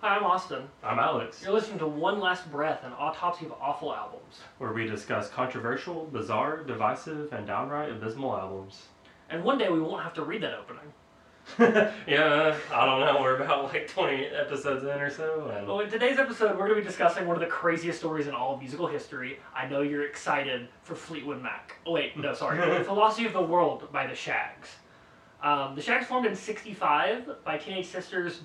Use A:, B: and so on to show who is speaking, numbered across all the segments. A: Hi, I'm Austin.
B: I'm Alex,
A: You're listening to One Last Breath, an autopsy of awful albums.
B: where we discuss controversial, bizarre, divisive, and downright abysmal albums.
A: And one day we won't have to read that opening.
B: yeah, I don't know. We're about like 20 episodes in or so. And
A: Well, in today's episode, we're going to be discussing one of the craziest stories in all of musical history. I know you're excited for Fleetwood Mac. Oh, wait, no, sorry. Philosophy of the World by the Shags. Um, the Shags formed in 65 by teenage sisters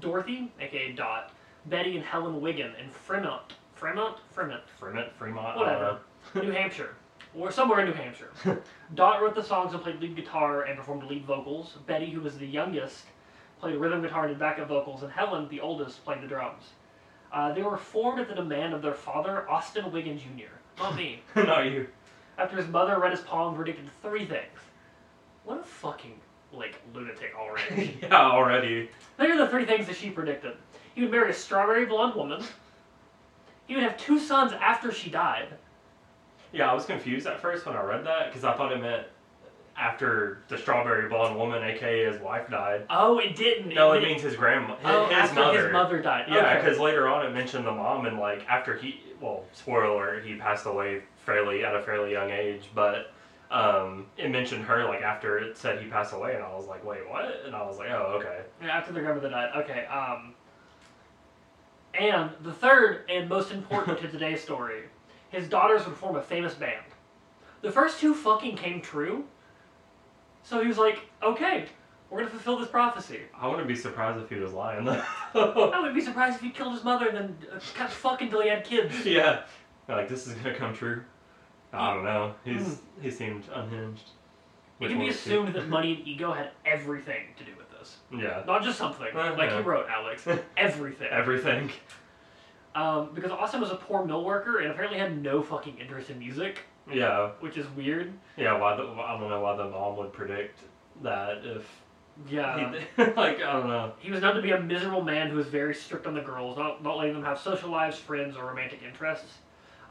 A: Dorothy, aka Dot, Betty, and Helen Wiggin in Fremont. Fremont? Fremont.
B: Fremont, Fremont,
A: Whatever. New Hampshire, or somewhere in New Hampshire. Dot wrote the songs and played lead guitar and performed lead vocals. Betty, who was the youngest, played rhythm guitar and did backup vocals, and Helen, the oldest, played the drums. Uh, they were formed at the demand of their father, Austin Wiggin Jr., not me,
B: Uh, not you.
A: after his mother read his palm and predicted three things. What a fucking, like, lunatic already.
B: yeah, already.
A: Here are the three things that she predicted. He would marry a strawberry blonde woman. He would have two sons after she died.
B: Yeah, I was confused at first when I read that because I thought it meant after the strawberry blonde woman, aka his wife, died.
A: Oh, it didn't.
B: No, it
A: means.
B: means his grandma,
A: Oh,
B: his
A: after
B: mother.
A: his mother died.
B: Yeah,
A: okay.
B: because later on it mentioned the mom and like after he well spoiler alert, he passed away fairly at a fairly young age, but um, it mentioned her like after it said he passed away, and I was like, wait, what? And I was like, oh, okay.
A: Yeah, after the grandmother died. Okay. Um. And the third and most important to today's story, his daughters would form a famous band. The first two fucking came true. So he was like, okay, we're gonna fulfill this prophecy.
B: I wouldn't be surprised if he was lying though.
A: I would be surprised if he killed his mother and then uh, kept fucking till he had kids.
B: yeah, like this is gonna come true. I don't know. He's he seemed unhinged.
A: It
B: Which
A: Hmm. can be
B: one is he?
A: assumed that money and ego had everything to do with this.
B: Yeah,
A: Not just something,
B: Uh,
A: like
B: yeah.
A: he wrote, Alex. Everything.
B: everything.
A: Um, because Austin was a poor mill worker and apparently had no fucking interest in music,
B: Yeah,
A: which is weird.
B: yeah. Why the, I don't know why the mom would predict that if
A: Yeah.
B: he, like I don't know.
A: He was known to be a miserable man who was very strict on the girls, not, not letting them have social lives, friends, or romantic interests.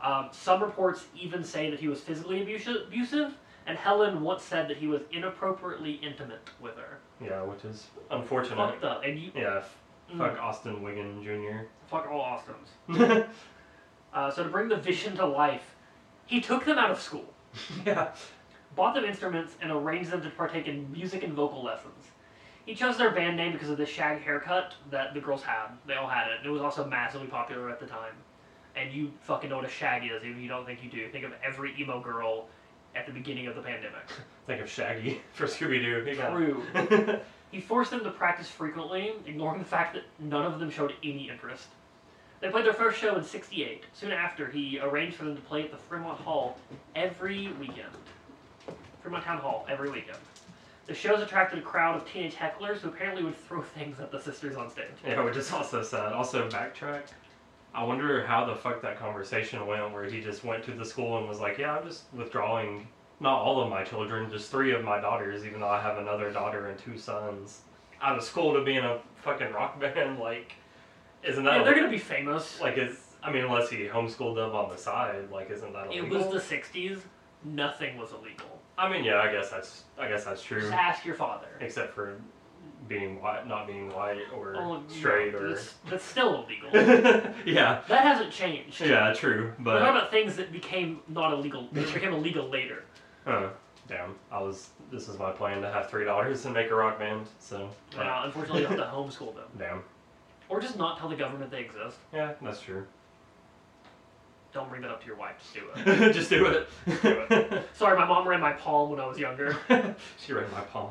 A: Um, some reports even say that he was physically abusi- abusive, and Helen once said that he was inappropriately intimate with her.
B: Yeah, which is unfortunate.
A: Fucked up. And you
B: Yeah, f-
A: Mm.
B: fuck Austin Wiggin Jr.
A: fuck all Austins. Uh, so to bring the vision to life, he took them out of school.
B: yeah.
A: bought them instruments and arranged them to partake in music and vocal lessons. He chose their band name because of the shag haircut that the girls had. They all had it. It was also massively popular at the time. And you fucking know what a shag is, even if you don't think you do. Think of every emo girl at the beginning of the pandemic.
B: Think of Shaggy for Scooby Doo.
A: True.
B: Yeah.
A: He forced them to practice frequently, ignoring the fact that none of them showed any interest. They played their first show in 68. Soon after, he arranged for them to play at the Fremont Hall every weekend. Fremont Town Hall every weekend. The shows attracted a crowd of teenage hecklers who apparently would throw things at the sisters on stage.
B: yeah, which is also sad. Also, backtrack. I wonder how the fuck that conversation went where he just went to the school and was like, yeah, I'm just withdrawing not all of my children, just three of my daughters, even though I have another daughter and two sons, out of school to be in a fucking rock band. Like, isn't that
A: Yeah, they're gonna be famous.
B: like, is, I mean, unless he homeschooled them on the side, like, isn't that
A: It
B: illegal?
A: was the 60s. Nothing was illegal.
B: I mean, yeah, I guess that's I guess that's true,
A: Just ask your father.
B: except for being white, not being white or
A: Oh, no,
B: straight or.
A: That's, that's still illegal.
B: yeah,
A: that hasn't changed.
B: yeah, true,
A: We're talking
B: but
A: about things that became not illegal, that became illegal later.
B: uh, damn, I was. This is my plan to have three daughters and make a rock band. So uh,
A: Uh, unfortunately, you have to homeschool them.
B: damn,
A: Or just not tell the government they exist.
B: yeah, that's true.
A: Don't bring that up to your wife, just do it.
B: Just do it.
A: Do Sorry, my mom read my palm when I was younger.
B: she read my palm.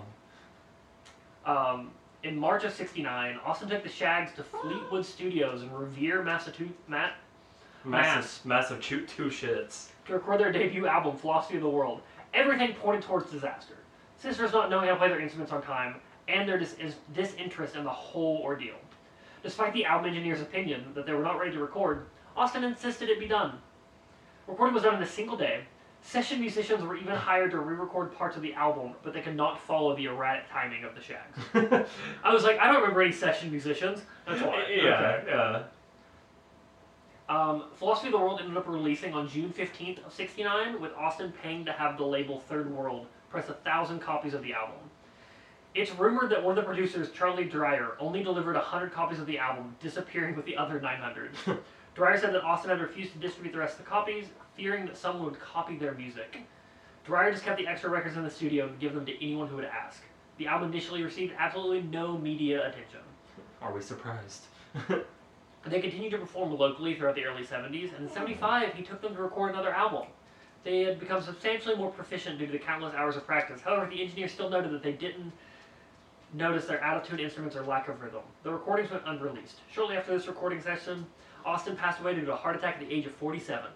A: Um, in March of 69, Austin took the Shags to Fleetwood Studios in Revere, Massachusetts, Matt,
B: Massive, massive shoot two shits.
A: to record their debut album, Philosophy of the World. Everything pointed towards disaster. Sisters not knowing how to play their instruments on time, and their dis- is- disinterest in the whole ordeal. Despite the album engineer's opinion that they were not ready to record, Austin insisted it be done. Recording was done in a single day. Session musicians were even hired to re-record parts of the album, but they could not follow the erratic timing of the Shags. I was like, I don't remember any session musicians. That's why.
B: Yeah, Uh, yeah.
A: Um, Philosophy of the World ended up releasing on June 15th of 69, with Austin paying to have the label Third World press a thousand copies of the album. It's rumored that one of the producers, Charlie Dreyer, only delivered 100 copies of the album, disappearing with the other 900. Dreyer said that Austin had refused to distribute the rest of the copies, fearing that someone would copy their music. Dreyer just kept the extra records in the studio and gave them to anyone who would ask. The album initially received absolutely no media attention.
B: Are we surprised?
A: They continued to perform locally throughout the early 70s, and in 75, he took them to record another album. They had become substantially more proficient due to the countless hours of practice. However, the engineer still noted that they didn't notice their attitude instruments or lack of rhythm. The recordings went unreleased. Shortly after this recording session, Austin passed away due to a heart attack at the age of 47.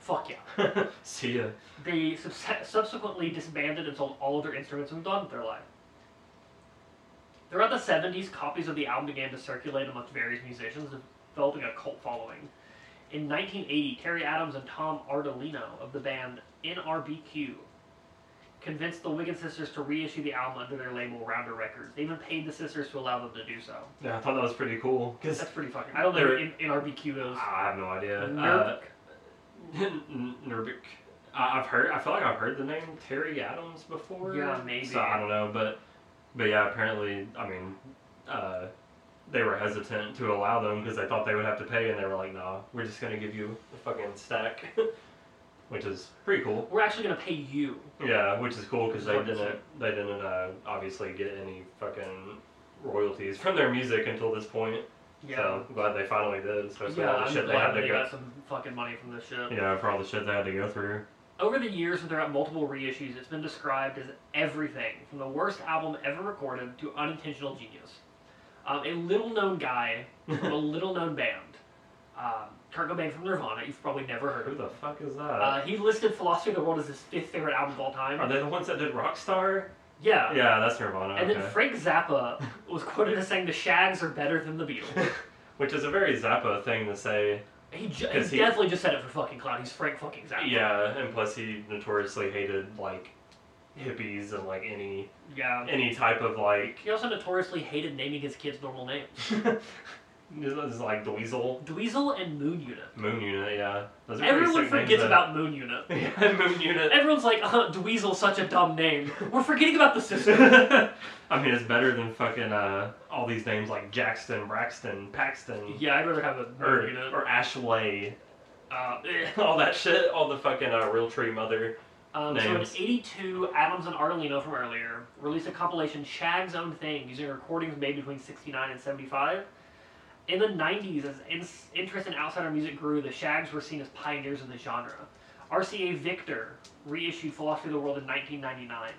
A: Fuck yeah.
B: See ya.
A: They subse- subsequently disbanded and sold all of their instruments and done with their life. Throughout the 70s, copies of the album began to circulate amongst various musicians, developing a cult following. In 1980, Terry Adams and Tom Ardolino of the band NRBQ convinced the Wiggins sisters to reissue the album under their label Rounder Records. They even paid the sisters to allow them to do so.
B: Yeah, I thought that was pretty cool. Cause
A: That's pretty fucking. I don't know
B: They're-
A: what N- NRBQ is.
B: I have no idea. Uh,
A: Nerb-
B: Nurbic. I- I've heard. I feel like I've heard the name Terry Adams before.
A: Yeah, maybe.
B: So I don't know, but but yeah, apparently, I mean, uh, they were hesitant to allow them because they thought they would have to pay, and they were like, "Nah, we're just gonna give you a fucking stack," which is pretty cool.
A: We're actually going to pay you.
B: Yeah, which is cool because they
A: Like-
B: didn't they didn't uh, obviously get any fucking royalties from their music until this point. So I'm glad they finally did, especially all the
A: I'm
B: shit they
A: glad
B: had to
A: they
B: go.
A: got some fucking money from this shit.
B: Yeah, for all the shit they had to go through.
A: Over the years, and throughout multiple reissues, it's been described as everything from the worst album ever recorded to unintentional genius. Um, a little known guy from a little known band, um, Kurt Cobain from Nirvana, you've probably never heard
B: Who
A: of.
B: the fuck is that?
A: Uh, he listed Philosophy of the World as his fifth favorite album of all
B: Are
A: time.
B: they the ones that did Rockstar?
A: Yeah.
B: Yeah, that's Nirvana.
A: And
B: okay.
A: then Frank Zappa was quoted as saying the Shags are better than the Beatles.
B: Which is a very Zappa thing to say.
A: He, ju- he
B: Is he-
A: definitely just said it for fucking clout. He's Frank fucking Zappa.
B: Yeah, and plus he notoriously hated like hippies and like any
A: Yeah.
B: any type of like
A: He also notoriously hated naming his kids normal names.
B: this is like Dweezil.
A: Dweezil and Moon Unit.
B: Moon Unit, yeah. Those are pretty
A: Everyone
B: sick names,
A: forgets
B: though.
A: about Moon Unit.
B: yeah, Moon Unit.
A: Everyone's like, uh, Dweezil's such a dumb name. We're forgetting about the sister.
B: I mean, it's better than fucking uh, all these names like Jackson, Braxton, Paxton,
A: yeah, I'd rather have a Moon
B: or,
A: Unit.
B: or Ashley,
A: uh, eh.
B: all that shit, all the fucking uh, real tree mother.
A: um, so in
B: Names.
A: 82, Adams and Arlino from earlier released a compilation, Shag's Own Thing, using recordings made between 69 and 75. In the 90s, as in- interest in outsider music grew, the Shags were seen as pioneers of the genre. RCA Victor reissued Philosophy of the World in 1999.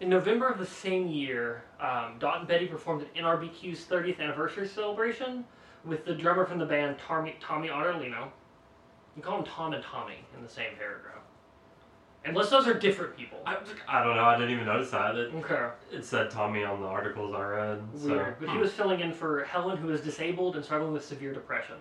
A: In November of the same year, um, Dot and Betty performed at NRBQ's 30th anniversary celebration with the drummer from the band, Tommy, Tommy Ottolino. You call him Tom and Tommy in the same paragraph. Unless those are different people.
B: I, I don't know. I didn't even notice that. It,
A: okay,
B: it said Tommy on the articles I read. So.
A: weird. But he was filling in for Helen, who was disabled and struggling with severe depression.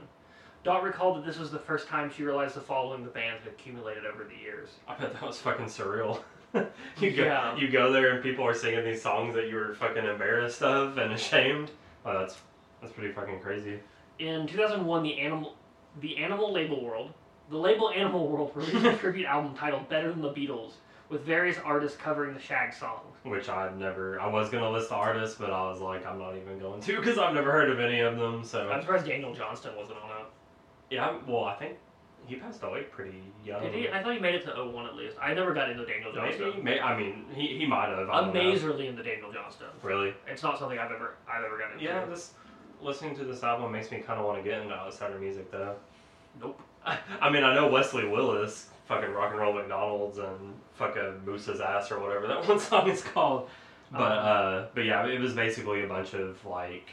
A: Dot recalled that this was the first time she realized the following the band had accumulated over the years.
B: I bet that was fucking surreal. you go,
A: Yeah.
B: you go there and people are singing these songs that you were fucking embarrassed of and ashamed. Well, that's that's pretty fucking crazy.
A: In 2001, the animal, the animal label world, the label Animal World released a tribute album titled "Better Than the Beatles," with various artists covering the Shag song.
B: Which I'd never. I was gonna list the artists, but I was like, I'm not even going to because I've never heard of any of them. So
A: I'm surprised Daniel Johnston wasn't on it.
B: yeah. I'm- Well, I think he passed away pretty young.
A: Did he? I thought he made it to 01 at least. I never got into Daniel
B: Maybe.
A: Johnston.
B: May, I mean, he, he might have. I
A: I'm
B: don't know.
A: Amazingly into Daniel Johnston.
B: Really.
A: It's not something I've ever I've ever gotten into.
B: Yeah, this listening to this album makes me kind of want to get into outsider music, though.
A: Nope.
B: I, I mean, I know Wesley Willis, fucking rock and roll McDonald's, and fucking Moose's ass or whatever that one song is called.
A: Uh-huh.
B: But uh, but yeah, it was basically a bunch of like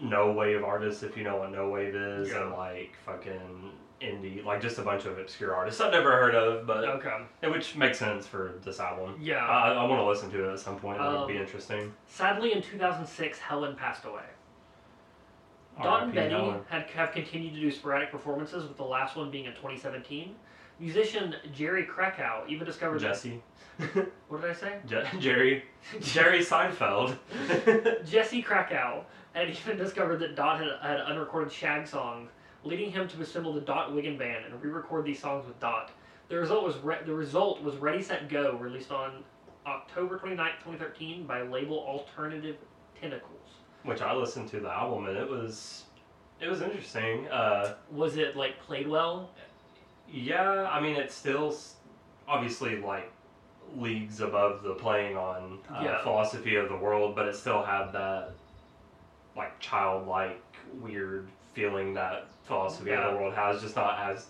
B: no wave artists, if you know what no wave is, and
A: Yeah.
B: like fucking indie, like just a bunch of obscure artists I've never heard of, but
A: Okay.
B: which makes sense for this album.
A: Yeah.
B: I, I want to listen to it at some point. That would be
A: Um,
B: interesting.
A: Sadly, in 2006, Helen passed away. Don and
B: R.I.P.
A: Benny
B: Helen.
A: had have continued to do sporadic performances, with the last one being in 2017. Musician Jerry Krakow even discovered that-
B: Jesse.
A: What did I say?
B: Je- Jerry. Jerry Seinfeld.
A: Jesse Krakow had even discovered that Dot had, had unrecorded shag songs, leading him to assemble the Dot Wigan Band and re-record these songs with Dot. The result was re- the result was Ready Set Go, released on October 29th, 2013, by label Alternative Tentacles.
B: which I listened to the album and it was it was interesting. Uh,
A: Was it like played well?
B: yeah, I mean it's still s- obviously like leagues above the playing on uh,
A: Yeah.
B: philosophy of the world, but it still had that like childlike weird feeling that philosophy of
A: Yeah.
B: the world has, just not as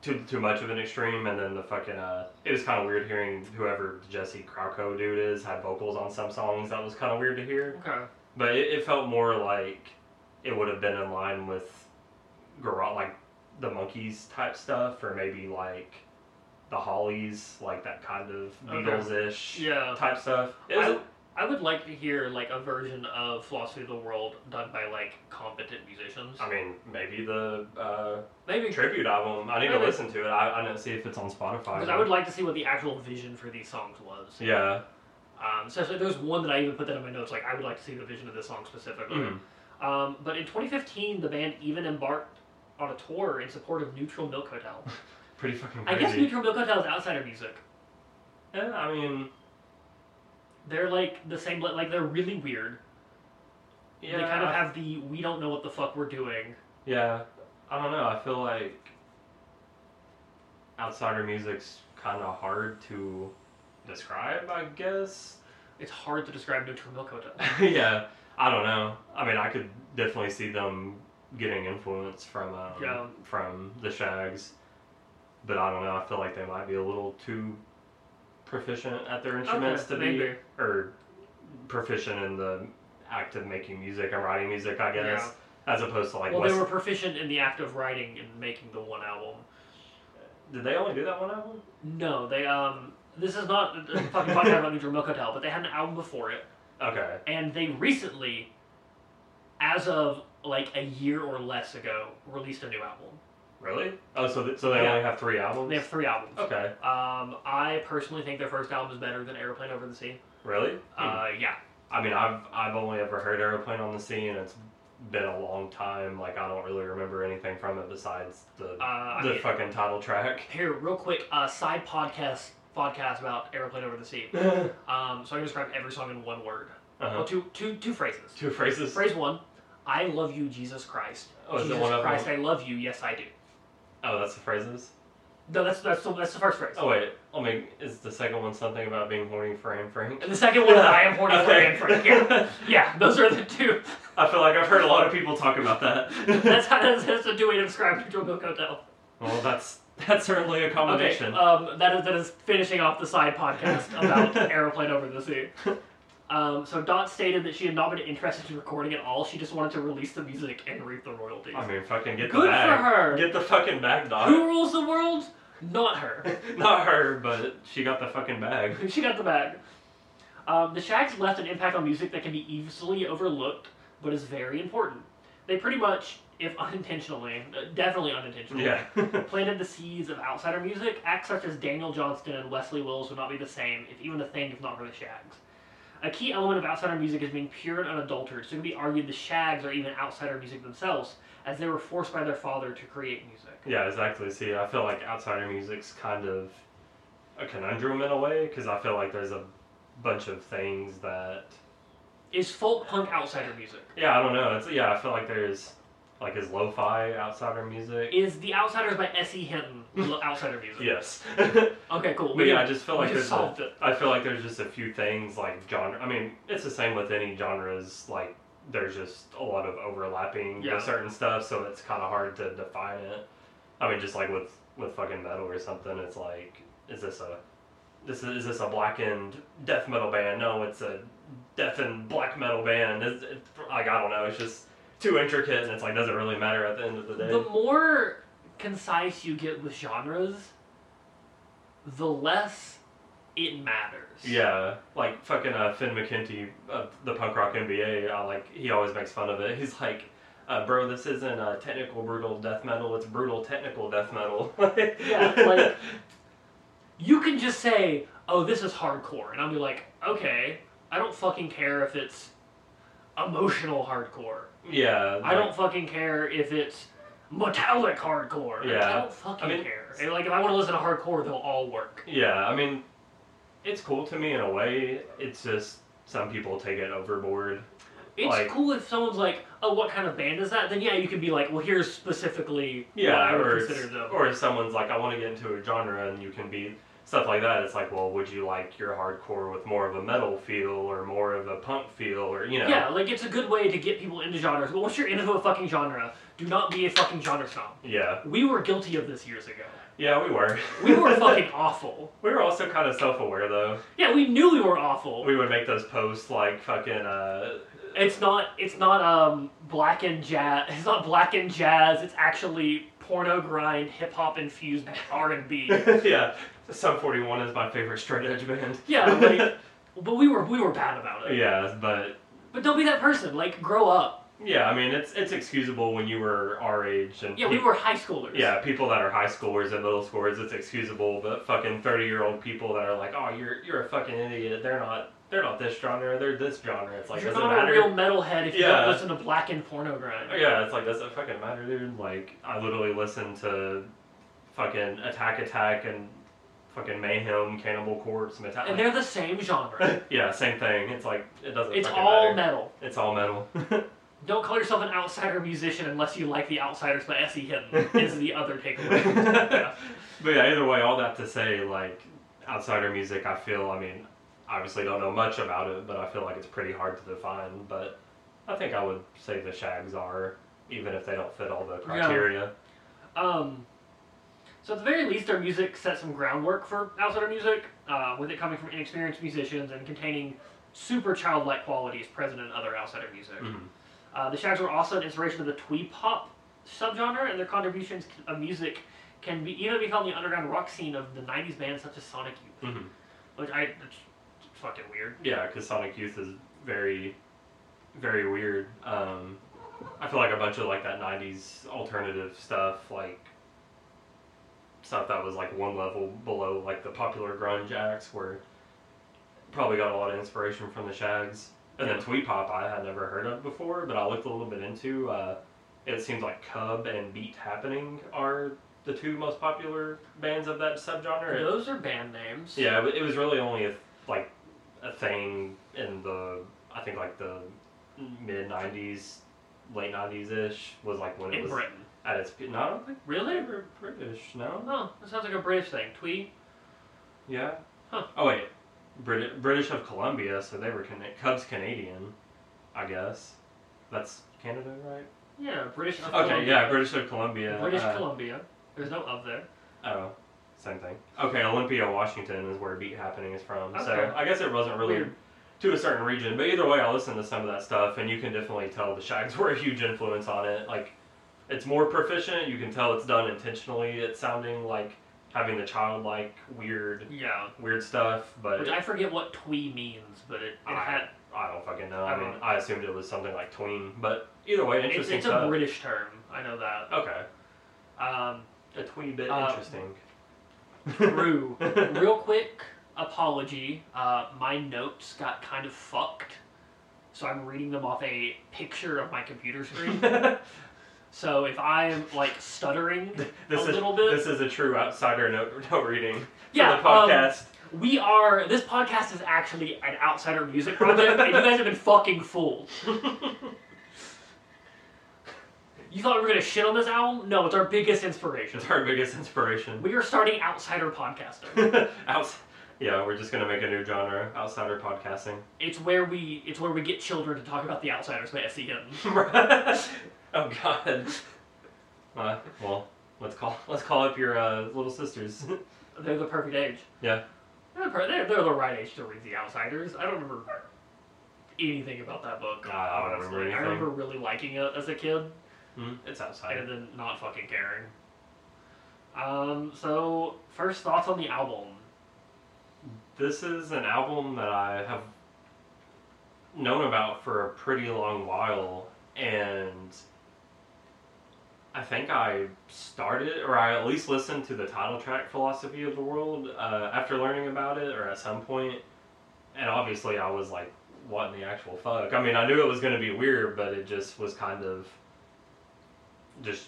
B: too too much of an extreme. And then the fucking uh, it was kind of weird hearing whoever Jesse Krauko dude is had vocals on some songs. That was kind of weird to hear.
A: Okay.
B: But it, it felt more like it would have been in line with garage, like the monkeys type stuff, or maybe like the Hollies, like that kind of
A: Okay.
B: Beatles ish
A: Yeah.
B: type stuff. It was-
A: I, I would like to hear like a version of Philosophy of the World done by like competent musicians.
B: I mean, maybe the uh,
A: Maybe
B: tribute album. I need to
A: Maybe.
B: listen to it. I, I didn't see if it's on Spotify.
A: because I would like to see what the actual vision for these songs was.
B: Yeah.
A: Um, especially there's one that I even put that in my notes. Like I would like to see the vision of this song specifically.
B: Mm.
A: Um, but in 2015, the band even embarked on a tour in support of Neutral Milk Hotel.
B: Pretty fucking
A: I
B: crazy.
A: guess Neutral Milk Hotel is outsider music.
B: yeah, I mean,
A: They're like the same, like they're really weird.
B: yeah.
A: they kind of
B: I-
A: have the we don't know what the fuck we're doing.
B: Yeah, I don't know. I feel like outsider music's kind of hard to describe, I guess.
A: It's hard to describe Neutral Milk Hotel.
B: yeah, I don't know. I mean, I could definitely see them getting influence from um,
A: Yeah.
B: from the Shags, but I don't know. I feel like they might be a little too proficient at their instruments to be
A: maybe.
B: or proficient in the act of making music and writing music, I guess, as opposed to like
A: well,
B: West.
A: they were proficient in the act of writing and making the one album.
B: Did they only do that one album?
A: No, they um. This is not a a fucking podcast about Neutral Milk Hotel, but they had an album before it,
B: Okay.
A: and they recently, as of like a year or less ago, released a new album.
B: Really? Oh, so th- so they
A: Yeah.
B: only have three albums?
A: They have three albums.
B: okay.
A: Um, I personally think their first album is better than Airplane Over the Sea.
B: Really?
A: Uh, yeah.
B: I mean, I've I've only ever heard Aeroplane on the Sea, and it's been a long time. Like I don't really remember anything from it besides the
A: Uh, I
B: the
A: mean,
B: fucking title track.
A: here, real quick, uh, side podcast podcast about Airplane Over the Sea.
B: uh
A: Um, so I can describe every song in one word. Well, two, two, two phrases.
B: Uh-huh. Two phrases.
A: Phrase one, I love you, Jesus Christ.
B: Oh, is it
A: Jesus
B: one of
A: Christ,
B: them?
A: I love you. Yes, I do.
B: Oh, that's the phrases.
A: No, that's that's the, that's the first phrase.
B: Oh wait, I mean, is the second one something about being horny for Anne Frank?
A: And the second one, I am horny for
B: Okay.
A: Anne Frank. Yeah. yeah, those are the two.
B: I feel like I've heard a lot of people talk about that.
A: That's how that's, that's a new way to describe Neutral Milk Hotel.
B: well, that's that's certainly a
A: Okay,
B: combination.
A: um, that is that is finishing off the side podcast about airplane over the sea. Um, so Dot stated that she had not been interested in recording at all. She just wanted to release the music and reap the royalties.
B: I mean, fucking get the
A: uh, Good
B: bag.
A: for her.
B: Get the fucking bag, dog.
A: Who rules the world? Not her.
B: Not her, but she got the fucking bag.
A: she got the bag. Um, the Shags left an impact on music that can be easily overlooked, but is very important. They pretty much, if unintentionally, uh, definitely unintentionally,
B: Yeah.
A: planted the seeds of outsider music, acts such as Daniel Johnston and Wesley Wills would not be the same if even a thing if not for the Shags. A key element of outsider music is being pure and unadulterated, so it can be argued the Shags are even outsider music themselves, as they were forced by their father to create music.
B: yeah, exactly. See, I feel like outsider music's kind of a conundrum in a way because I feel like there's a bunch of things that.
A: Is folk punk outsider music?
B: Yeah, I don't know. It's yeah, I feel like there's like is lo-fi outsider music.
A: Is The Outsiders by S.E. Hinton l- outsider music?
B: Yes. but
A: Okay, cool.
B: yeah, I just feel
A: we
B: like
A: just
B: there's. A,
A: solved it.
B: I feel like there's just a few things like genre. I mean, it's the same with any genres. Like there's just a lot of overlapping
A: Yeah.
B: with certain stuff, so it's kind of hard to define it. I mean, just like with with fucking metal or something, it's like, is this a this is, is this a blackened death metal band? No, it's a deafened black metal band. It's, it's, like I don't know. It's just too intricate, and it's like doesn't really matter at the end of the day.
A: The more concise you get with genres, the less it matters.
B: Yeah, like fucking uh, Finn McKenty, uh, the punk rock NBA. Uh, like he always makes fun of it. He's like, uh, "Bro, this isn't uh, technical brutal death metal. It's brutal technical death metal."
A: Yeah, like- you can just say, "Oh, this is hardcore," and I'll be like, "Okay, I don't fucking care if it's emotional hardcore.
B: yeah.
A: I don't fucking care if it's metallic hardcore. Like, I
B: Yeah.
A: don't fucking
B: I mean-
A: care. And, like, if I want to listen to hardcore, they'll all work.
B: Yeah, I mean, It's cool to me in a way. It's just some people take it overboard.
A: It's
B: Like-
A: cool if someone's like, "Oh, what kind of band is that?" Then yeah, you can be like, "Well, here's specifically what I would
B: or
A: consider
B: it's-
A: the
B: or if someone's like, I want to get into a genre, and you can be stuff like that. It's like, well, would you like your hardcore with more of a metal feel or more of a punk feel, or you know?
A: Yeah, like it's a good way to get people into genres. But once you're into a fucking genre, do not be a fucking genre snob.
B: Yeah,
A: We were guilty of this years ago.
B: yeah, we were.
A: We were fucking awful.
B: we were also kind of self-aware though.
A: Yeah, we knew we were awful.
B: We would make those posts like fucking uh,
A: It's not. It's not um black and jazz. It's not black and jazz. It's actually porno grind, hip hop infused R and B.
B: yeah. Sum 41 is my favorite straight edge band.
A: Yeah, like, but we were we were bad about it.
B: yeah, but
A: But don't be that person. Like, grow up.
B: yeah, I mean it's it's excusable when you were our age and
A: Yeah, we
B: peop-
A: were high schoolers.
B: yeah people that are high schoolers and middle schoolers it's excusable, but fucking 30 year old people that are like oh you're you're a fucking idiot they're not they're not this genre they're this genre it's like
A: you're
B: does it
A: not a
B: matter
A: real metalhead if you
B: Yeah. Oh,
A: don't listen to black and porno grind.
B: yeah it's like does it fucking matter dude like I literally listened to fucking Attack Attack and fucking Mayhem Cannibal Corpse
A: And
B: Metallica
A: they're the same genre.
B: yeah same thing it's like it doesn't
A: It's
B: fucking
A: all
B: matter.
A: metal.
B: it's all metal.
A: Don't call yourself an outsider musician unless you like The Outsiders by S.E. Hinton, is the other takeaway.
B: but yeah, either way, all that to say, like, outsider music, I feel, I mean, obviously don't know much about it, but I feel like it's pretty hard to define. But I think I would say the Shags are, even if they don't fit all the criteria.
A: Um, so, at the very least, their music set some groundwork for outsider music, uh, with it coming from inexperienced musicians and containing super childlike qualities present in other outsider music.
B: Mhm.
A: Uh, the Shags were also an inspiration of the twee pop subgenre, and their contributions of music can be even be found in the underground rock scene of the 90s bands such as Sonic Youth,
B: Mhm.
A: which I. It's, it's fucking weird.
B: Yeah, because Sonic Youth is very, very weird. Um, I feel like a bunch of like that '90s alternative stuff, like stuff that was like one level below like the popular grunge acts, were probably got a lot of inspiration from the Shags. And then Twee Pop, I had never heard of before, but I looked a little bit into. Uh, it seems like Cub and Beat Happening are the two most popular bands of that subgenre. It
A: Those are band names.
B: yeah, it wa- it was really only a, like a thing in the I think like the mid '90s, late '90s ish was like when it
A: In
B: was
A: Britain.
B: at its peak. No, I don't think
A: Really?
B: they were British. No.
A: Oh, that sounds like a British thing. Twee.
B: Yeah.
A: Huh.
B: Oh wait, Brit- British of Columbia, so they were Cana- Cubs Canadian, I guess. That's Canada, right?
A: Yeah, British. of
B: okay,
A: Columbia.
B: yeah, British of Columbia.
A: British
B: uh,
A: Columbia. There's no of there.
B: Oh, same thing. Okay, Olympia, Washington is where Beat Happening is from.
A: Okay.
B: So I guess it wasn't really
A: Weird.
B: to a certain region, but either way, I listened to some of that stuff, and you can definitely tell the Shags were a huge influence on it. Like, it's more proficient. You can tell it's done intentionally. It's sounding like having the childlike, weird,
A: Yeah.
B: weird stuff, but
A: Which I forget what twee means, but it, it
B: I-
A: had.
B: I don't fucking know.
A: I
B: I mean,
A: don't-
B: I assumed it was something like tween, but either way,
A: It's,
B: interesting
A: it's a
B: stuff.
A: British term. I know that.
B: okay,
A: Um,
B: a tween bit
A: Uh,
B: interesting.
A: Rue, real quick apology. Uh, my notes got kind of fucked, so I'm reading them off a picture of my computer screen. so if I'm like stuttering
B: This
A: a
B: is
A: little bit,
B: this is a true outsider note, note reading for
A: Yeah, um,
B: the podcast.
A: We are. This podcast is actually an outsider music project, and you guys have been fucking fooled. You thought we were gonna shit on this album? No, it's our biggest inspiration.
B: it's our biggest inspiration.
A: We are starting outsider podcasting.
B: Outs- yeah, we're just gonna make a new genre, outsider podcasting.
A: It's where we. It's where we get children to talk about the outsiders by E S.E. Hinton.
B: oh God. Uh, well, let's call let's call up your uh, little sisters.
A: They're the perfect age.
B: Yeah.
A: They're, the per- they're, they're the right age to read the outsiders. I don't remember anything about that book.
B: Nah, I don't
A: honestly.
B: remember
A: I remember really liking it as a kid.
B: Hmm, it's outside.
A: and then not fucking caring. Um, so first thoughts on the album.
B: This is an album that I have known about for a pretty long while, and I think I started, or I at least listened to the title track "Philosophy of the World" uh, after learning about it, or at some point. And obviously, I was like, "What in the actual fuck?" I mean, I knew it was going to be weird, but it just was kind of just.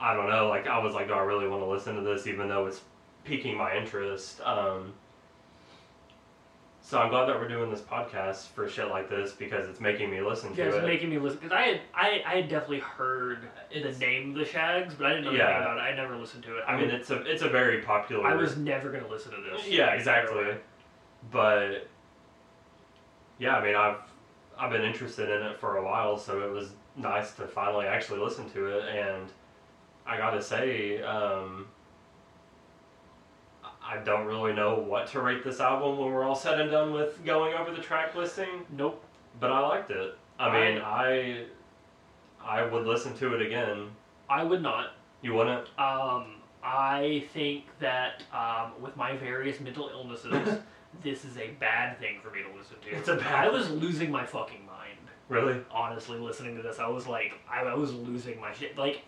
B: I don't know. Like I was like, do I really want to listen to this? Even though it's piquing my interest. Um, So I'm glad that we're doing this podcast for shit like this because it's making me listen
A: Yeah,
B: to
A: it's
B: it.
A: making me listen because I had I, I had definitely heard
C: It's-
A: the name The Shags, but I didn't know
B: Yeah.
A: anything about it. I never listened to it.
B: I mean, it's a it's a very popular.
A: I was never gonna listen to this.
B: Yeah, exactly. But yeah, I mean, I've I've been interested in it for a while, so it was nice to finally actually listen to it. And I gotta say, um, I- I don't really know what to rate this album when we're all said and done with going over the track listing,
A: Nope.
B: but I liked it. I mean, I I would listen to it again.
A: I would not.
B: You wouldn't?
A: Um, I think that um, with my various mental illnesses, this is a bad thing for me to listen to.
B: It's a bad
A: I was losing my fucking mind.
B: Really?
A: Honestly, listening to this, I was like, I, I was losing my shit. Like,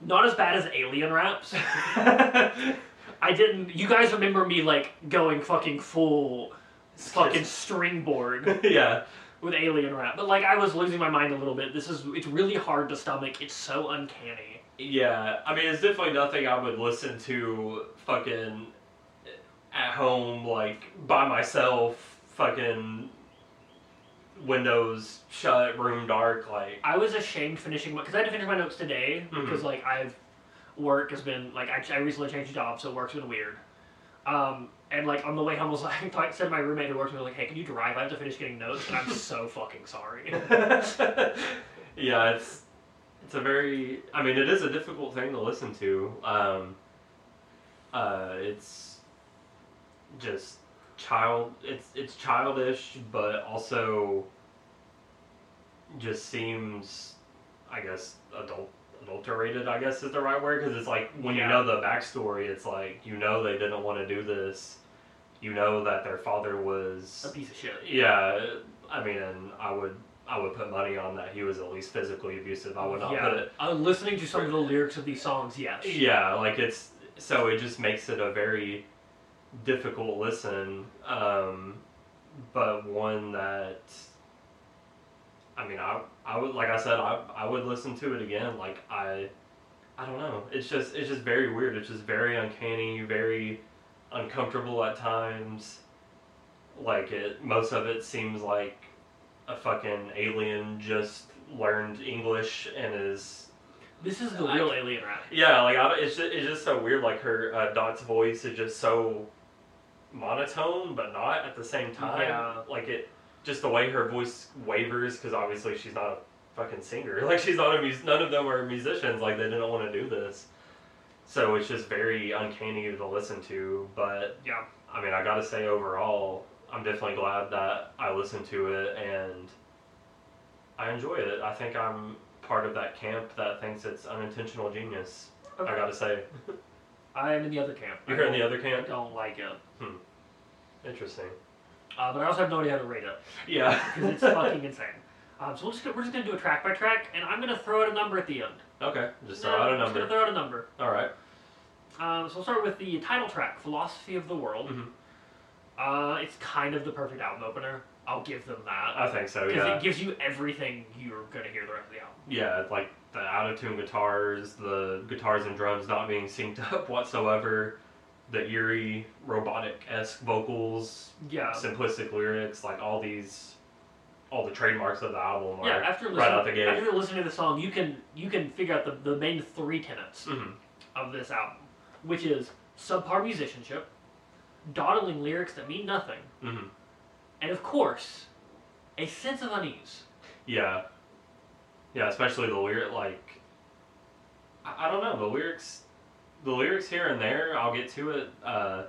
A: not as bad as Alien Raps. I didn't. You guys remember me like going fucking full, fucking stringboard
B: yeah.
A: with Alien Rap, but like I was losing my mind a little bit. This is it's really hard to stomach. It's so uncanny.
B: Yeah, I mean, it's definitely nothing I would listen to fucking at home, like by myself, fucking windows shut, room dark, like.
A: I was ashamed finishing because I had to finish my notes today
B: Mm-hmm.
A: because like I've work has been like I, I recently changed jobs so work's been weird. Um, and like on the way home, I was like, I said to my roommate who works with me like, hey, can you drive? I have to finish getting notes, and I'm so fucking sorry.
B: yeah, it's it's a very. I mean, it is a difficult thing to listen to. Um, uh, it's just child. It's it's childish, but also just seems, I guess, adult adulterated. I guess is the right word because it's like when
A: Yeah.
B: you know the backstory, it's like you know they didn't want to do this. You know that their father was
A: A piece of shit.
B: yeah, I mean, and I would I would put money on that he was at least physically abusive. I would not
A: yeah.
B: put it.
A: I was listening to some of the lyrics of these songs. Yes.
B: Yeah, like it's so it just makes it a very difficult listen, um, but one that I mean, I I would like I said I I would listen to it again. Like I I don't know. It's just it's just very weird. It's just very uncanny, very uncomfortable at times. Like it, most of it seems like a fucking alien just learned English and is
A: This is the real alien rap.
B: yeah, like I, it's just, it's just so weird. Like her uh, Dot's voice is just so monotone, but not at the same time.
A: Yeah.
B: Like it, just the way her voice wavers, because obviously she's not a fucking singer. Like she's not a mus. None of them are musicians. Like they didn't want to do this, so it's just very uncanny to listen to. But
A: Yeah.
B: I mean, I gotta say, overall, I'm definitely glad that I listened to it and I enjoy it. I think I'm part of that camp that thinks it's unintentional genius. I gotta say,
A: I'm in the other camp.
B: you're in the other
A: I
B: camp.
A: don't like it,
B: Interesting.
A: uh, but I also have no idea how to rate it.
B: Yeah.
A: because it's fucking insane. Um, so we'll just, we're just gonna do a track by track, and I'm gonna throw out a number at the end.
B: okay. Just throw out a
A: I'm just gonna
B: number.
A: throw out a number.
B: All right.
A: Um, so we'll start with the title track, "Philosophy of the World."
B: Mhm.
A: Uh, it's kind of the perfect album opener. I'll give them that
B: I think so.
A: because
B: Oh, Yeah.
A: it gives you everything you're gonna hear the rest of the album.
B: Yeah. Like the out of tune guitars, the guitars and drums not being synced up whatsoever, the eerie robotic esque vocals,
A: Yeah.
B: simplistic lyrics, like all these, all the trademarks of the album are
A: yeah, after listening,
B: right out the gate.
A: after listening to the song, you can you can figure out the, the main three tenets
B: Mhm.
A: of this album, which is subpar musicianship, dawdling lyrics that mean nothing,
B: Mhm.
A: and of course, a sense of unease.
B: Yeah, yeah, especially the lyric. Like, I, I don't know the lyrics, the lyrics here and there. I'll get to it uh,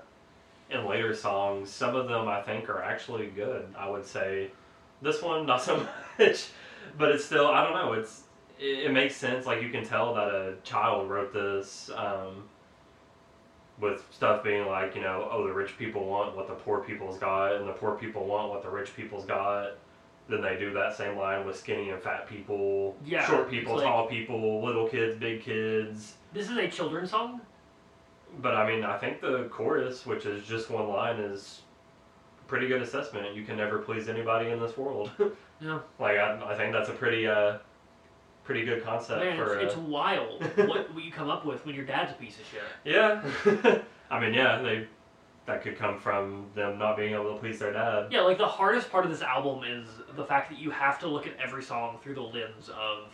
B: in later songs. Some of them I think are actually good. I would say this one not so much, but it's still I don't know. It's it, it makes sense. Like you can tell that a child wrote this. Um, with stuff being like, you know, oh, the rich people want what the poor people's got, and the poor people want what the rich people's got, then they do that same line with skinny and fat people,
A: Yeah,
B: short people,
A: it's like-
B: tall people, little kids, big kids.
A: This is a children's song.
B: But I mean, I think the chorus, which is just one line, is a pretty good assessment. You can never please anybody in this world.
A: Yeah.
B: like I, I think that's a pretty, uh, pretty good concept
A: Man,
B: for.
A: it's, it's
B: uh,
A: wild what, what you come up with when your dad's a piece of shit.
B: yeah. I mean, yeah, they that could come from them not being able to please their dad.
A: Yeah, like the hardest part of this album is the fact that you have to look at every song through the lens of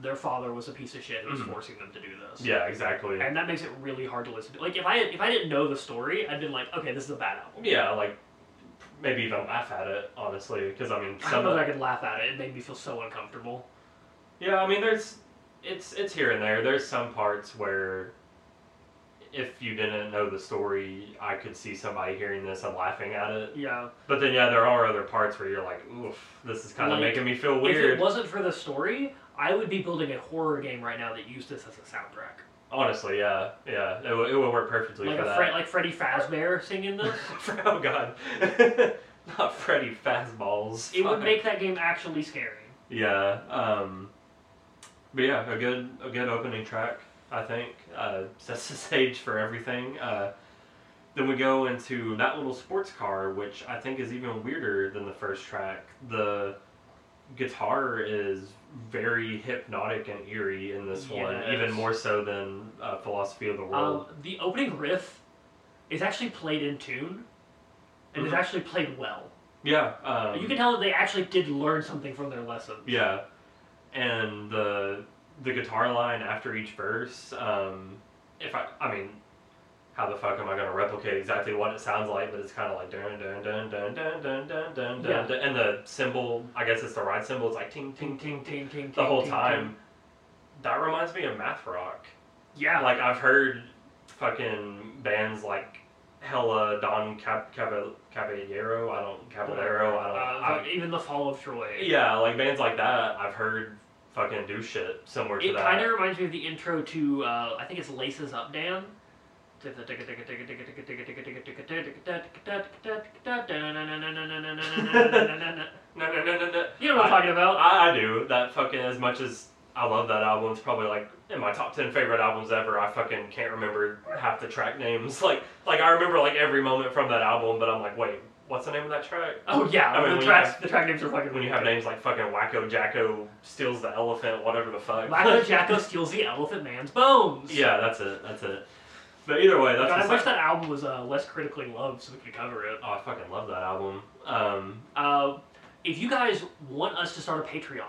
A: their father was a piece of shit who was
B: Mhm.
A: forcing them to do this.
B: Yeah, exactly.
A: And that makes it really hard to listen to. Like if I if I didn't know the story, I'd been like, okay, this is a bad album.
B: Yeah, like maybe even laugh at it, honestly, because I mean,
A: I don't
B: some
A: know
B: of,
A: that I could laugh at it. It made me feel so uncomfortable.
B: yeah, I mean, there's it's it's here and there. There's some parts where if you didn't know the story, I could see somebody hearing this and laughing at it.
A: Yeah.
B: But then yeah, there are other parts where you're like, oof, this is kind of
A: Like,
B: making me feel
A: If it
B: weird.
A: wasn't for the story, I would be building a horror game right now that used this as a soundtrack.
B: honestly, yeah, yeah, it, w- it would work perfectly
A: Like
B: for
A: a
B: that.
A: Fre- like Freddy Fazbear singing this.
B: oh god, not Freddy Fazballs.
A: it would
B: Fuck.
A: make that game actually scary.
B: Yeah. Um, but yeah, a good a good opening track, I think. Uh, sets the stage for everything. Uh, then we go into that little sports car, which I think is even weirder than the first track. The guitar is very hypnotic and eerie in this one, even
A: Yes.
B: more so than uh, Philosophy of the World.
A: Um, the opening riff is actually played in tune, and it's
B: Mhm.
A: actually played well.
B: yeah. Um,
A: you can tell that they actually did learn something from their lesson.
B: Yeah, and the the guitar line after each verse. Um, if I, I mean, how the fuck am I gonna replicate exactly what it sounds like? But it's kind of like dun dun dun dun dun dun dun dun
A: Yeah.
B: dun, dun, and the cymbal. I guess it's the right cymbal. It's like ting ting
A: Ting ting ting
B: ting
A: ting.
B: the
A: ting,
B: whole
A: ting,
B: time. That reminds me of math rock.
A: ting. Yeah.
B: Like I've heard fucking bands like Hella Don Cap, Cava- Caballero. I don't Caballero. I
A: Uh,
B: don't. I,
A: like, even the fall of Troy.
B: yeah, like bands like that, I've heard fucking do shit similar to
A: It
B: that.
A: kind of reminds me of the intro to uh, I think it's Laces Up Dan. You
B: No, no, no, no, no.
A: know what I'm talking about?
B: I, I do that fucking as much as I love that album. It's probably like in my top ten favorite albums ever. I fucking can't remember half the track names. Like, like I remember like every moment from that album, but I'm like, wait, what's the name of that track?
A: Oh yeah,
B: I mean,
A: the
B: when
A: tracks,
B: you
A: the track names are fucking.
B: have, when you have names like fucking Wacko Jacko steals the elephant, whatever the fuck.
A: Wacko Jacko steals the Elephant Man's bones.
B: yeah, that's it. That's it. But either way, that's
A: God,
B: the
A: I wish
B: song-
A: that album was uh, less critically loved so we could cover it.
B: Oh, I fucking love that album. Um,
A: Uh, if you guys want us to start a Patreon,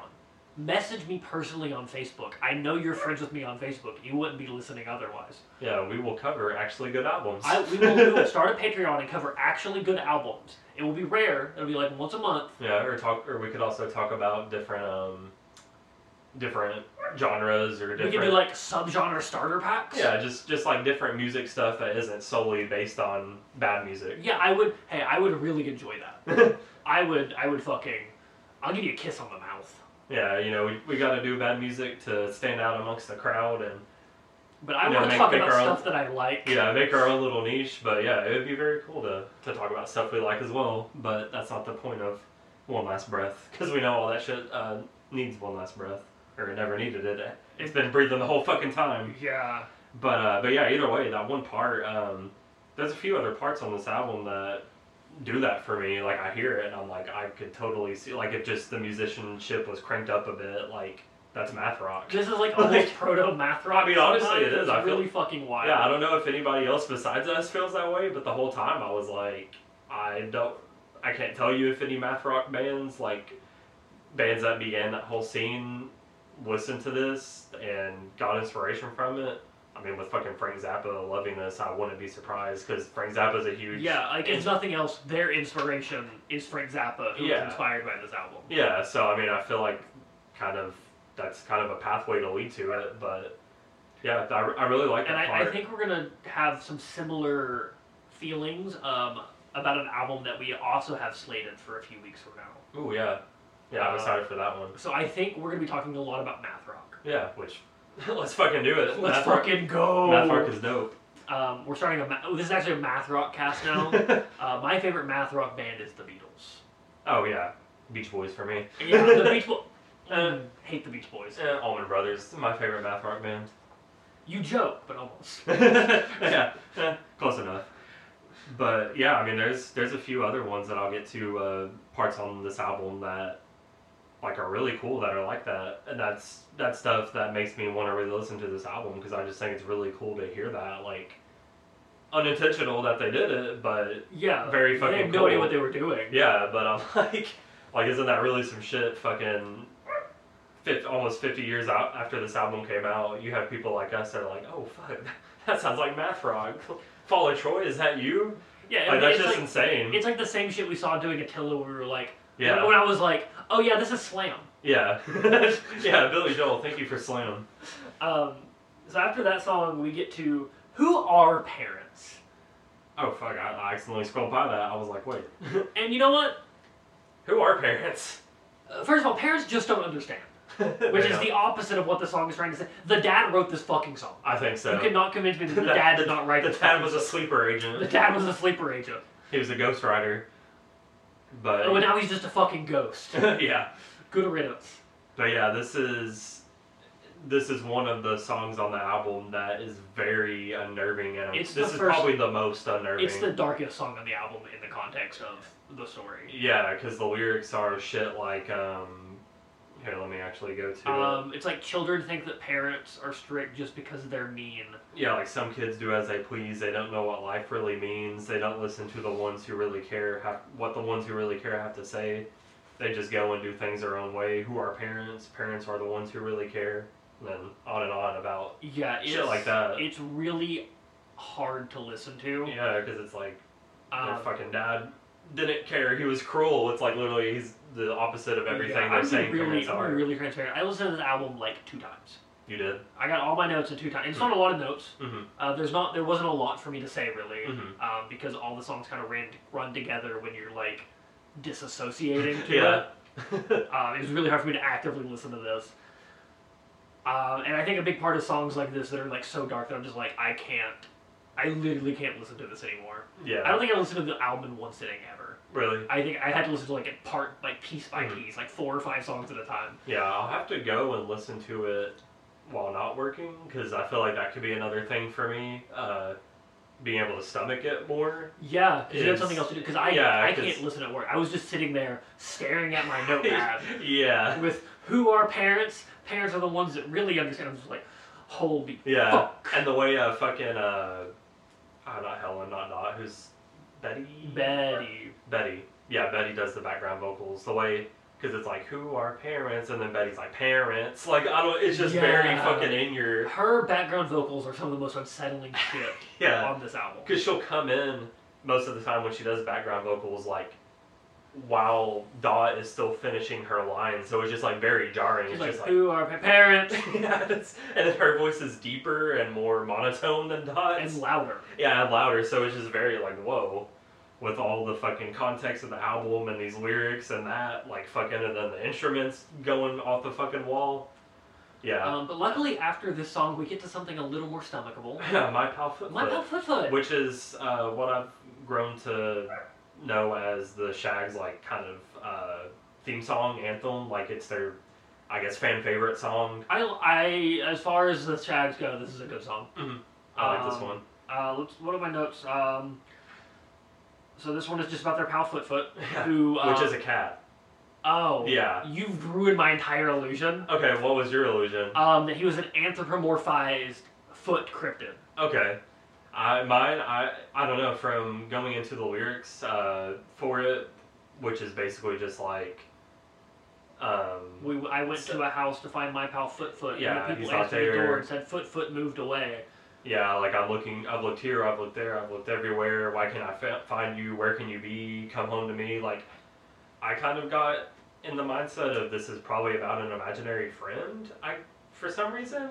A: message me personally on Facebook. I know you're friends with me on Facebook. You wouldn't be listening otherwise.
B: Yeah, we will cover actually good albums.
A: I, we, will, we will start a Patreon and cover actually good albums. It will be rare. It'll be like once a month.
B: yeah, or talk, or we could also talk about different, um, different genres or
A: We
B: different.
A: can do like subgenre starter packs.
B: yeah, just just like different music stuff that isn't solely based on bad music.
A: Yeah, I would. Hey, I would really enjoy that. I would. I would fucking. I'll give you a kiss on the mouth.
B: Yeah, you know, we, we got to do bad music to stand out amongst the crowd and
A: But I
B: Yeah,
A: want to
B: make-
A: talk
B: make
A: about
B: our own-
A: stuff that I like.
B: yeah, make our own little niche. But yeah, it would be very cool to to talk about stuff we like as well. But that's not the point of one last breath because we know all that shit uh, needs one last breath or it never needed it. It's been breathing the whole fucking time.
A: Yeah.
B: But uh, but yeah, either way, that one part. Um, there's a few other parts on this album that do that for me. Like I hear it and I'm like, I could totally see. Like if just the musicianship was cranked up a bit, like that's math rock.
A: This is like almost proto math rock.
B: I mean, honestly,
A: sometimes.
B: it is.
A: It's
B: I feel-
A: really fucking wild.
B: Yeah, I don't know if anybody else besides us feels that way, but the whole time I was like, I don't, I can't tell you if any math rock bands like bands that began that whole scene listened to this and got inspiration from it. I mean, with fucking Frank Zappa loving this, I wouldn't be surprised because Frank Zappa's a huge
A: Yeah, like if nothing else, their inspiration is Frank Zappa, who was
B: Yeah.
A: inspired by this album.
B: Yeah, so I mean, I feel like kind of that's kind of a pathway to lead to it, but yeah, I, I really like that
A: And I,
B: part.
A: I think we're gonna have some similar feelings um, about an album that we also have slated for a few weeks from now.
B: Ooh, yeah, yeah, I'm
A: Uh,
B: excited for that one.
A: So I think we're gonna be talking a lot about math rock.
B: Yeah, which let's fucking do it.
A: Let's
B: Math rock-
A: fucking go.
B: Math rock is dope.
A: um, we're starting a. Ma- oh, this is actually a math rock cast now. uh, my favorite math rock band is the Beatles.
B: oh yeah, Beach Boys for me.
A: Yeah, the Beach Boys.
B: Uh,
A: hate the Beach Boys.
B: Eh, Allman Brothers, my favorite math rock band.
A: Uh, You joke, but almost.
B: yeah, eh, close enough. But yeah, I mean, there's there's a few other ones that I'll get to uh, parts on this album that like are really cool that are like that, and that's that stuff that makes me want to really listen to this album because I just think it's really cool to hear that like unintentional that they did it, but
A: Yeah.
B: Very fucking
A: They had no idea
B: cool.
A: what they were doing.
B: yeah, but I'm like, like isn't that really some shit? Fucking, fif almost fifty years out after this album came out, you have people like us that are like, oh fuck, that sounds like Math Rock. Fall of Troy, is that you?
A: Yeah. I
B: Like
A: mean,
B: that's
A: it's
B: just
A: like,
B: insane.
A: it's like the same shit we saw doing Attila, where we were like,
B: Yeah.
A: when I was like, oh yeah, this is Slam.
B: Yeah, yeah, Billy Joel, thank you for Slam.
A: Um, so after that song, we get to Who Are Parents?
B: Oh fuck, I, I accidentally scrolled by that. I was like, wait,
A: And you know what?
B: who are parents?
A: Uh, First of all, parents just don't understand, which is the opposite of what the song is trying to say. The dad wrote this fucking song.
B: I think so.
A: You cannot convince me that the dad did not write
B: The
A: this
B: dad
A: fucking
B: was a
A: song.
B: sleeper
A: The
B: agent.
A: dad was a sleeper agent.
B: He was a ghostwriter. But
A: Oh, and now he's just a fucking ghost.
B: yeah,
A: Good riddance.
B: but yeah, this is this is one of the songs on the album that is very unnerving, and
A: It's
B: this
A: the
B: is
A: first-
B: probably the most unnerving.
A: It's the darkest song on the album in the context of the story.
B: Yeah, because the lyrics are shit like um. Here, let me actually go to. it.
A: Um, it's like children think that parents are strict just because they're mean.
B: Yeah, like some kids do as they please. They don't know what life really means. They don't listen to the ones who really care. Have, what the ones who really care have to say. They just go and do things their own way. Who are parents? Parents are the ones who really care. And then on and on about
A: Yeah, it's,
B: Shit like that.
A: It's really hard to listen to.
B: yeah, because it's like their
A: Um,
B: fucking dad didn't care. He was cruel. It's like literally he's the opposite of everything
A: yeah,
B: they're
A: I'm
B: saying
A: really,
B: parents
A: I'm
B: are.
A: really transparent. I listened to this album like two times.
B: You did.
A: I got all my notes in two times. It's not a lot of notes.
B: hmm
A: Uh, there's not, there wasn't a lot for me to say really,
B: Mhm.
A: um, because all the songs kind of ran run together when you're like disassociating. To It.
B: Yeah.
A: Um, it was really hard for me to actively listen to this. Um, and I think a big part of songs like this that are like so dark that I'm just like I can't, I literally can't listen to this anymore. I
B: yeah.
A: don't think I listened to the album in one sitting ever.
B: Really.
A: I think I had to listen to like a part, like piece by
B: Mhm.
A: piece, like four or five songs at a time.
B: Yeah, I'll have to go and listen to it while not working because I feel like that could be another thing for me. Uh, being able to stomach it more.
A: Yeah, because you have
B: It's-
A: something else to do. Because I
B: yeah,
A: I
B: 'cause-
A: can't listen at work. I was just sitting there staring at my notepad
B: yeah.
A: with who are parents? Parents are the ones that really understand. I'm just like, holy
B: Yeah.
A: Fuck.
B: And the way uh, fucking, uh, oh, not Helen, not Dot, who's Betty?
A: Betty.
B: Betty. Yeah, Betty does the background vocals. The way, because it's like, who are parents? And then Betty's like, parents. Like, I don't, it's just very
A: Yeah.
B: fucking in your,
A: Her background vocals are some of the most unsettling shit
B: yeah.
A: on this album.
B: Because she'll come in most of the time when she does background vocals, like while Dot is still finishing her line, so it's just like very jarring.
A: She's
B: it's
A: like,
B: just like,
A: who are pa- parents?
B: yeah, it's, and then her voice is deeper and more monotone than Dot's.
A: and louder.
B: yeah, and louder. So it's just very like whoa, with all the fucking context of the album and these lyrics and that, like fucking, and then the instruments going off the fucking wall. Yeah,
A: Um, but luckily, after this song, we get to something a little more stomachable.
B: my pal. Foot
A: My
B: Foot.
A: pal Foot Foot.
B: which is uh, what I've grown to know as the Shags like kind of uh, theme song anthem. Like it's their, I guess, fan favorite song.
A: I, I, as far as the Shags go, this is a good song.
B: I like this
A: Um,
B: one.
A: Uh, let's, what are my notes? Um, so this one is just about their pal Foot Foot, who, uh,
B: which is a cat.
A: oh,
B: Yeah.
A: you've ruined my entire illusion.
B: Okay, what was your illusion?
A: Um, that he was an anthropomorphized foot cryptid.
B: Okay. I mine I I don't know from going into the lyrics uh, for it, which is basically just like. Um,
A: We, I went to a house to find my pal Foot Foot, and
B: Yeah,
A: the
B: he's
A: people
B: not
A: answered the
B: there.
A: door and said Foot Foot moved away.
B: Yeah, like I'm looking, I've looked here, I've looked there, I've looked everywhere. Why can't I fa- find you? Where can you be? Come home to me. Like, I kind of got in the mindset of this is probably about an imaginary friend. I, for some reason,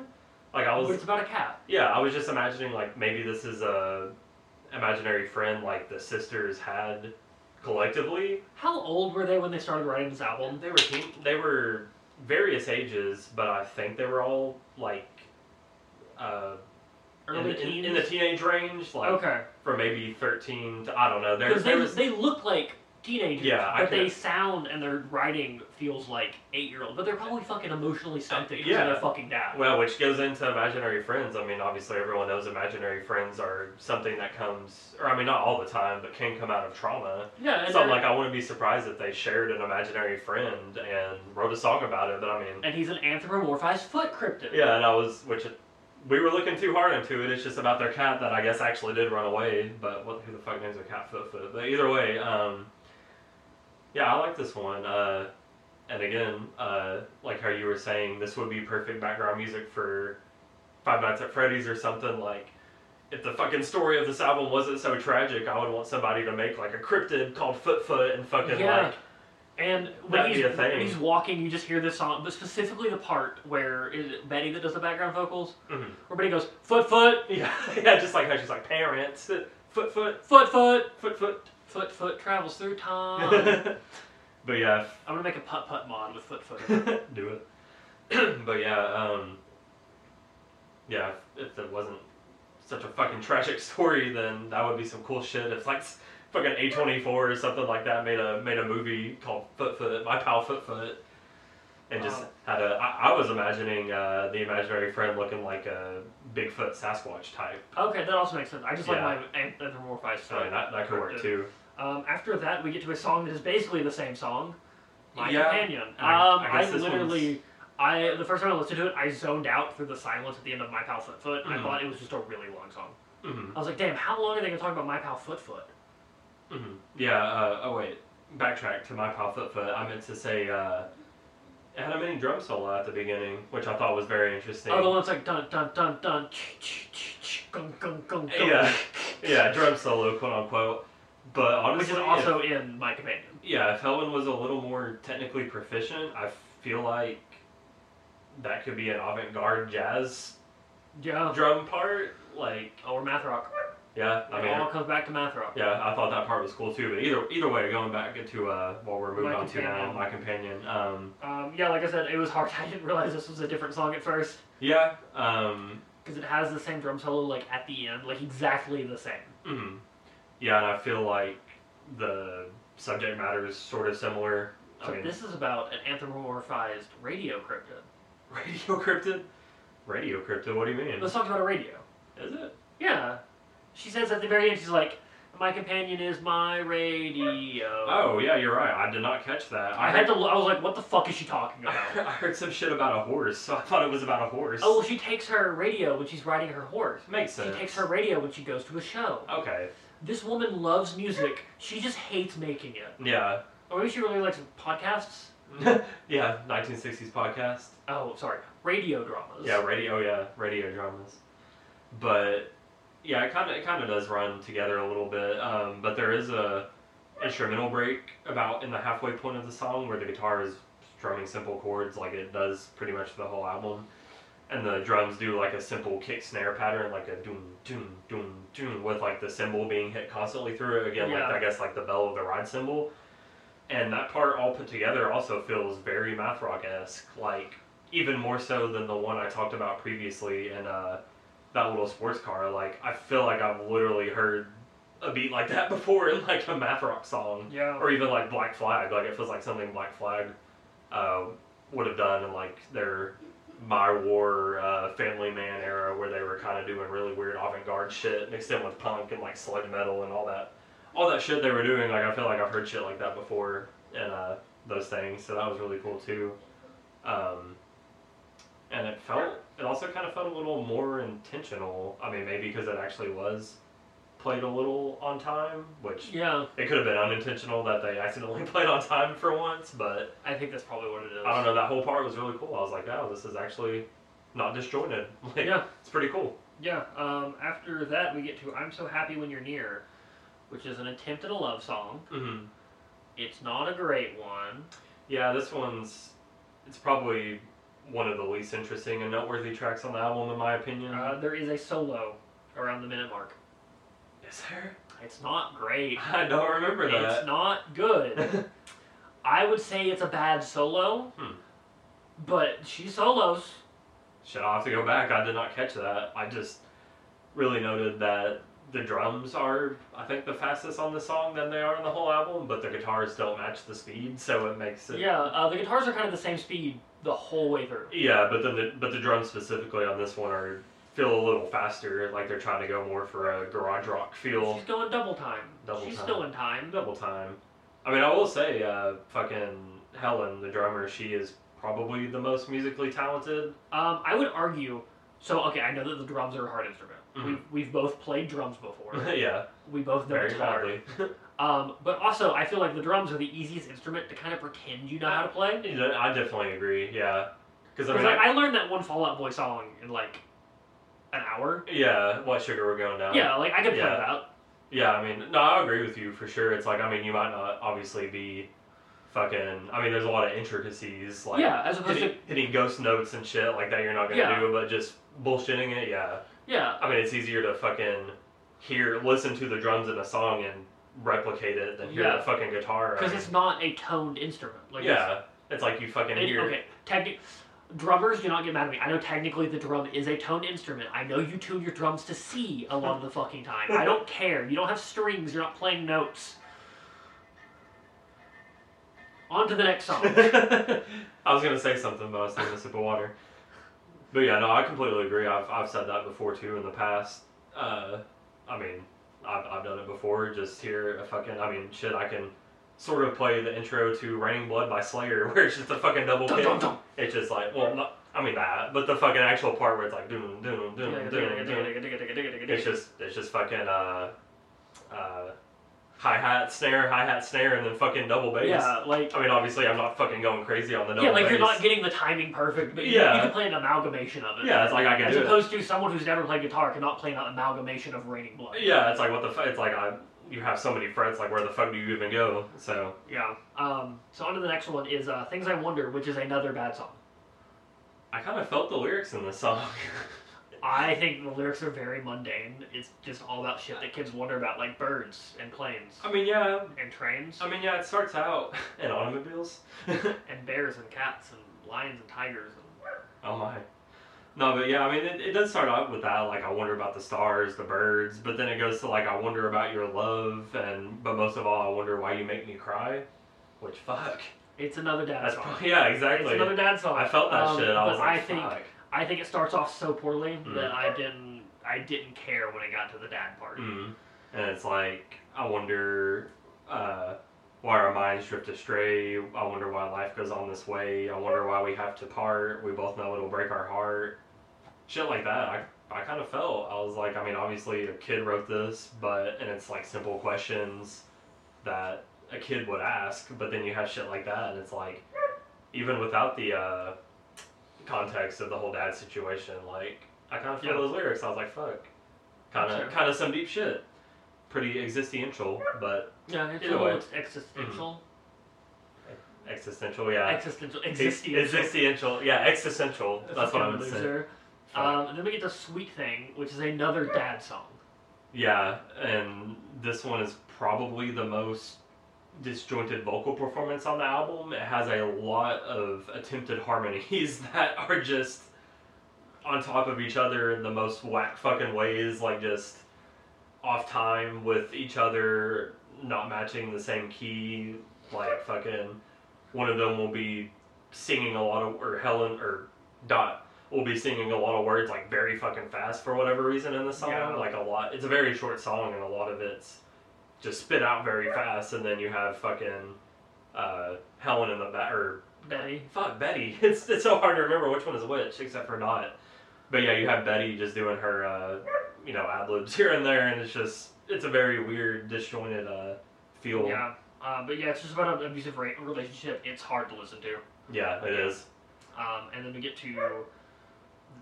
B: like I
A: But
B: was,
A: it's about a cat.
B: yeah, I was just imagining like maybe this is a imaginary friend like the sisters had collectively.
A: How old were they when they started writing this album?
B: They were teen, they were various ages, but I think they were all like, uh, in,
A: Early
B: the- in,
A: teens.
B: in the teenage range, like
A: okay,
B: from maybe 13 to I don't know. There,
A: because
B: there
A: they,
B: was
A: they look like teenagers,
B: Yeah, I
A: but they
B: could've-
A: sound and their writing feels like eight year old. But they're probably fucking emotionally stunted because
B: Yeah.
A: of their fucking dad.
B: well, which goes into imaginary friends. I mean, obviously everyone knows imaginary friends are something that comes, or I mean, not all the time, but can come out of trauma.
A: Yeah, and,
B: So
A: they're-
B: like, I wouldn't be surprised if they shared an imaginary friend and wrote a song about it. But I mean,
A: and he's an anthropomorphized foot cryptid.
B: yeah, and I was, which we were looking too hard into it. It's just about their cat that I guess actually did run away. But what who the fuck names their cat Foot Foot? But either way, um, yeah, I like this one. Uh, and again, uh, like how you were saying, this would be perfect background music for Five Nights at Freddy's or something. Like, if the fucking story of this album wasn't so tragic, I would want somebody to make like a cryptid called Foot Foot and fucking
A: Yeah.
B: like
A: And when
B: That'd
A: he's,
B: be a thing.
A: when he's walking, you just hear this song, but specifically the part where is it Betty that does the background vocals,
B: mhm.
A: where Betty goes foot foot
B: yeah, yeah, just like how she's like parents, Foot
A: foot
B: Foot,
A: foot
B: Foot Foot.
A: foot foot travels through time.
B: but yeah, if-
A: I'm gonna make a putt putt mod with foot foot.
B: do it. but yeah, um, yeah, if, if it wasn't such a fucking tragic story, then that would be some cool shit. If like s- fucking A twenty four or something like that made a made a movie called Foot Foot, My Pal Foot Foot, and just
A: Wow.
B: had a. I, I was imagining uh, the imaginary friend looking like a Bigfoot Sasquatch type.
A: Okay, that also makes sense. I just
B: Yeah.
A: like my an- anthropomorphized
B: So I mean,
A: stuff.
B: that that could work too.
A: Um, after that, we get to a song that is basically the same song, My
B: Yeah.
A: Companion. Um,
B: I- I
A: I,
B: guess this
A: literally, I the first time I listened to it, I zoned out through the silence at the end of My Pal Foot Foot. and I
B: Mhm.
A: thought it was just a really long song.
B: Mhm,
A: I was like, damn, how long are they gonna talk about My Pal Foot Foot?
B: mhm. Yeah. Uh, oh wait, backtrack to my pal Foot Foot. I meant to say. Uh, it had a mini drum solo at the beginning, which I thought was very interesting.
A: Oh, the one that's like dun dun dun dun, ch ch ch ch, gung gung gung gung.
B: Yeah, yeah, drum solo, quote unquote. But
A: Which
B: honestly,
A: is
B: if-
A: also in My Companion.
B: yeah, if Helen was a little more technically proficient, I feel like that could be an avant-garde jazz
A: Yeah. Oh,
B: drum part. Like,
A: Or Math Rock.
B: yeah, I
A: It
B: mean,
A: all comes back to Math Rock.
B: yeah, I thought that part was cool too. But either either way, going back to uh, what we're moving
A: My
B: on to now,
A: Companion.
B: my companion. Um,
A: Um, yeah, like I said, it was hard. I didn't realize this was a different song at first.
B: yeah, um,
A: because it has the same drum solo like at the end, like exactly the same.
B: Mhm. Yeah, and I feel like the subject matter is sort of similar.
A: So
B: I mean,
A: this is about an anthropomorphized radio cryptid.
B: radio cryptid. Radio cryptid. What do you mean?
A: Let's talk about a radio.
B: Is it?
A: Yeah, she says at the very end, she's like, "My companion is my radio."
B: Oh yeah, you're right. I did not catch that.
A: I had to. lo- I was like, "What the fuck is she talking
B: I
A: about?"
B: heard some shit about a horse, so I thought it was about a horse.
A: oh, well, she takes her radio when she's riding her horse.
B: makes
A: She
B: sense.
A: takes her radio when she goes to a show.
B: Okay.
A: This woman loves music. She just hates making it.
B: Yeah.
A: Or maybe she really likes podcasts.
B: yeah. 1960s podcast.
A: Oh, sorry, radio dramas.
B: Yeah, radio. Yeah, radio dramas. But yeah, it kind of it kind of does run together a little bit. Um, but there is a instrumental break about in the halfway point of the song where the guitar is strumming simple chords like it does pretty much the whole album, and the drums do like a simple kick snare pattern like a doom doom doom doom with like the cymbal being hit constantly through it again
A: Yeah.
B: like I guess like the bell of the ride cymbal. And that part all put together also feels very math rock esque, like even more so than the one I talked about previously in uh, that little sports car. Like I feel like I've literally heard a beat like that before in like a math rock song,
A: Yeah.
B: or even like Black Flag. Like it feels like something Black Flag uh, would have done in like their My War uh, Family Man era, where they were kind of doing really weird avant garde shit mixed in with punk and like sludge metal and all that, all that shit they were doing. Like I feel like I've heard shit like that before and uh, those things. So that was really cool too. Um, and it felt it also kind of felt a little more intentional i mean maybe because it actually was played a little on time which
A: Yeah,
B: it could have been unintentional that they accidentally played on time for once but
A: I think that's probably what it is.
B: i don't know that whole part was really cool i was like wow this is actually not disjointed like
A: Yeah.
B: it's pretty cool
A: Yeah. Um, after that, we get to "I'm So Happy When You're Near," which is an attempt at a love song.
B: mm-hmm.
A: It's not a great one.
B: yeah this one's it's probably one of the least interesting and noteworthy tracks on the album in my opinion
A: Uh, there is a solo around the minute mark.
B: is there
A: It's not great.
B: i don't remember
A: It's not good.
B: that
A: I would say it's a bad solo,
B: Hmm.
A: but she solos.
B: Shit, I'll have to go back. I did not catch that. I just really noted that the drums are, I think, the fastest on the song than they are on the whole album, but the guitars don't match the speed, so it makes it.
A: Yeah, uh, the guitars are kind of the same speed the whole way through.
B: Yeah, but then the, but the drums specifically on this one are feel a little faster, like they're trying to go more for a garage rock feel.
A: She's going double time.
B: Double
A: She's
B: time.
A: still in time.
B: Double time. I mean, I will say, uh, fucking Helen, the drummer, she is probably the most musically talented.
A: Um, I would argue So okay, I know that the drums are a hard instrument.
B: Mhm.
A: We've, we've both played drums before.
B: yeah,
A: we both know
B: very
A: it's hard.
B: badly.
A: Um, but also, I feel like the drums are the easiest instrument to kind of pretend you know how to play.
B: You know, I definitely agree. Yeah, because I
A: Because
B: mean,
A: like
B: I-
A: I learned that one Fallout Boy song in like an hour.
B: yeah, what sugar we're going down.
A: yeah, like I could play
B: yeah.
A: it out.
B: Yeah, I mean, no, I agree with you for sure. It's like, I mean, you might not obviously be fucking. I mean, there's a lot of intricacies, like
A: yeah, as opposed
B: hitting,
A: to
B: hitting ghost notes and shit like that. You're not gonna
A: Yeah.
B: do, but just bullshitting it. Yeah,
A: yeah,
B: I mean, it's easier to fucking hear, listen to the drums in a song and replicate it than hear
A: Yeah.
B: the fucking guitar. I
A: because
B: mean,
A: it's not a toned instrument. Like it's-
B: yeah, it's like you fucking
A: It-
B: hear.
A: okay, techni- drummers do not get mad at me. I know technically the drum is a toned instrument. I know you tune your drums to C a lot of the fucking time. I don't care. You don't have strings. You're not playing notes. On to the next song.
B: I was gonna say something, but I was taking a sip of water. But yeah, no, I completely agree. I've, I've said that before too in the past. Uh, I mean, I've, I've done it before. Just hear a fucking. I mean, shit. I can sort of play the intro to "Raining Blood" by Slayer, where it's just a fucking double
A: Dun,
B: kick.
A: dun, dun.
B: It's just like, well, not, I mean that, but the fucking actual part where it's like doom, doom, doom, doom, doom. It's just, it's just fucking uh, uh, hi hat, snare, hi hat, snare, and then fucking double bass.
A: Yeah, like
B: I mean, obviously, I'm not fucking going crazy on the double
A: yeah, like you're
B: bass.
A: not getting the timing perfect, but you, you
B: Yeah.
A: can play an amalgamation of it.
B: Yeah, it's like I can
A: As
B: do it.
A: opposed to someone who's never played guitar cannot play an amalgamation of Raining Blood.
B: Yeah, it's like what the fuck. It's like I, you have so many frets. Like where the fuck do you even go? So
A: Yeah. Um, so on to the next one is uh, Things I Wonder, which is another bad song.
B: I kind of felt the lyrics in this song.
A: I think the lyrics are very mundane. It's just all about shit that kids wonder about, like birds and planes
B: I mean, yeah.
A: and trains
B: I mean, yeah. It starts out in automobiles.
A: and bears and cats and lions and tigers.
B: oh my. No, but yeah, I mean, it, it does start out with that. Like I wonder about the stars, the birds, but then it goes to like I wonder about your love, and but most of all, I wonder why you make me cry. Which fuck.
A: And it's another dad
B: That's
A: song.
B: probably, yeah, exactly.
A: It's another dad song.
B: I felt that
A: Um,
B: shit. I
A: but
B: was like,
A: I think
B: fuck.
A: I think it starts off so poorly
B: Mm.
A: that I didn't I didn't care when it got to the dad part.
B: Mm. And it's like, I wonder uh, why our minds drift astray. I wonder why life goes on this way. I wonder why we have to part. We both know it'll break our heart. Shit like that. I, I kind of felt. I was like, I mean, obviously a kid wrote this, but, and it's like simple questions that a kid would ask, but then you have shit like that, and it's like, even without the uh, context of the whole dad situation, like, I kind of feel
A: Yeah.
B: those lyrics. I was like, fuck kind
A: Sure.
B: of kind of some deep shit. Pretty existential, but
A: Yeah, it's
B: Either
A: a
B: way. Mm-hmm.
A: little existential.
B: existential. Yeah,
A: Existential
B: Ex-
A: existential.
B: existential. Yeah, existential. That's what I'm
A: Fucking
B: saying.
A: loser.
B: Uh,
A: Um, and then we get to Sweet Thing, which is another dad song.
B: Yeah, and this one is probably the most disjointed vocal performance on the album. It has a lot of attempted harmonies that are just on top of each other in the most whack fucking ways, like just off time with each other, not matching the same key. Like fucking one of them will be singing a lot of, or Helen or Dot will be singing a lot of words like very fucking fast for whatever reason in the song.
A: Yeah.
B: Like a lot, it's a very short song and a lot of it's just spit out very fast, and then you have fucking uh, Helen in the back, or
A: Betty.
B: fuck Betty. It's it's so hard to remember which one is which, except for not. But yeah, you have Betty just doing her, uh, you know, ad libs here and there, and it's just it's a very weird, disjointed uh, feel.
A: Yeah, uh, but yeah, it's just about an abusive ra- relationship. It's hard to listen to.
B: Yeah, it is.
A: Um, and then we get to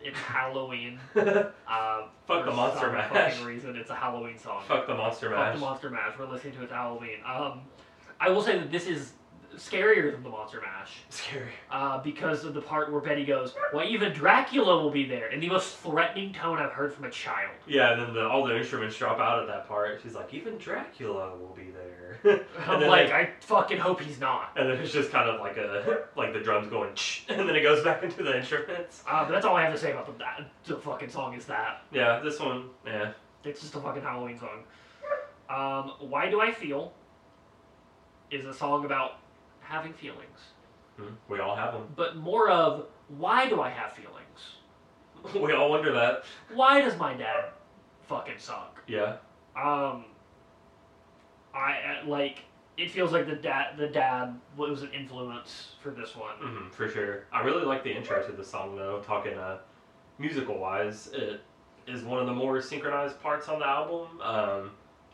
A: it's Halloween.
B: fuck
A: Uh,
B: Fuck the
A: for
B: Monster
A: some
B: Mash.
A: Fucking reason it's a Halloween song.
B: the monster
A: Fuck
B: mash.
A: the Monster Mash. We're listening to it's Halloween. Um, I will say that this is scarier than the Monster Mash
B: Scary.
A: uh, because of the part where Betty goes, "Why even Dracula will be there," in the most threatening tone I've heard from a child.
B: Yeah, and then the, all the instruments drop out at that part. She's like, even Dracula will be there.
A: I'm
B: then
A: like,
B: they-
A: I fucking hope he's not.
B: and then it's just kind of like a like the drums going, and then it goes back into the instruments.
A: Uh, but that's all I have to say about the, that the fucking song is that.
B: Yeah, this one. Yeah.
A: It's just a fucking Halloween song. Um, Why Do I Feel is a song about having feelings,
B: Hmm. We all have them.
A: but more of why do I have feelings?
B: We all wonder that.
A: Why does my dad fucking suck?
B: Yeah.
A: Um, I uh, like it feels like the dad the dad was an influence for this one.
B: Mm-hmm, hmm for sure. I really like the intro to the song though, talking uh musical wise, it is one of the more synchronized parts on the album. Um,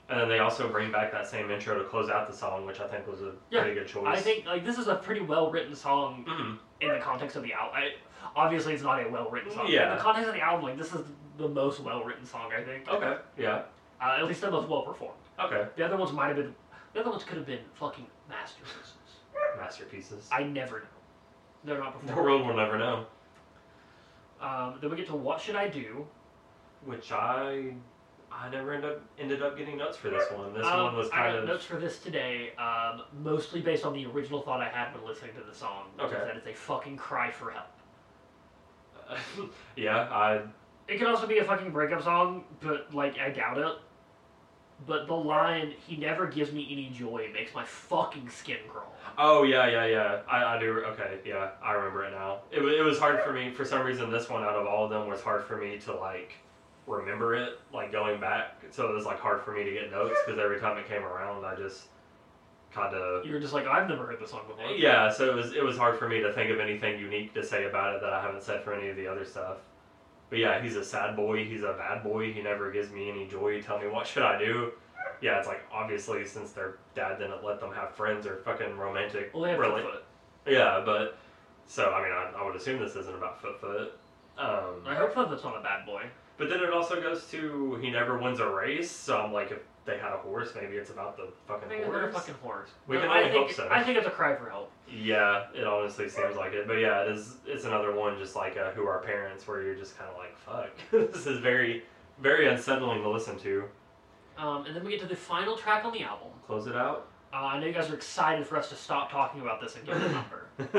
B: and then they also bring back that same intro to close out the song, which I think was a
A: Yeah,
B: pretty good choice.
A: I think like this is a pretty well written song
B: Mhm.
A: in the context of the album. I, obviously, it's not a well written song. but
B: Yeah.
A: In the context of the album, like this is the most well written song I think.
B: Okay. Yeah.
A: Uh, at least the most well performed.
B: Okay.
A: The other ones might have been. The other ones could have been fucking masterpieces.
B: Masterpieces.
A: I never know. They're not
B: the
A: performed.
B: world will never know.
A: Um, then we get to what should I do?
B: Which I, I never end up ended up getting nuts for this one. This
A: Um,
B: one was
A: I
B: kind
A: got
B: of
A: notes for this today, um, mostly based on the original thought I had when listening to the song, which is
B: Okay.
A: that it's a fucking cry for help.
B: yeah. I
A: It could also be a fucking breakup song, but like I doubt it. But the line "He never gives me any joy" makes my fucking skin crawl.
B: Oh yeah, yeah, yeah. I, I do. Okay, yeah, I remember it now. It, wa- it was hard for me for some reason. This one out of all of them was hard for me to like remember it, like going back. So it was like hard for me to get notes because every time it came around, I just kind of
A: You're just like, I've never heard this song before.
B: yeah. So it was it was hard for me to think of anything unique to say about it that I haven't said for any of the other stuff. But yeah, he's a sad boy. He's a bad boy. He never gives me any joy. Tell me what should I do? Yeah, it's like obviously since their dad didn't let them have friends or fucking romantic
A: Well, they have
B: rela-
A: Foot.
B: yeah, but so I mean, I, I would assume this isn't about Foot Foot.
A: I
B: Um,
A: hope Footfoot's not a bad boy.
B: but then it also goes to he never wins a race, so I'm like, if they had a horse, maybe it's about the
A: I
B: fucking
A: think they're
B: horse.
A: fucking horse.
B: We
A: No,
B: can
A: I
B: only
A: think,
B: hope so.
A: I think it's a cry for help.
B: Yeah, it honestly seems like it. But yeah, it is. It's another one just like uh, Who Are Parents, where you're just kind of like, fuck, this is very, very unsettling to listen to.
A: Um, and then we get to the final track on the album.
B: Close it out.
A: Uh, I know you guys are excited for us to stop talking about this and give the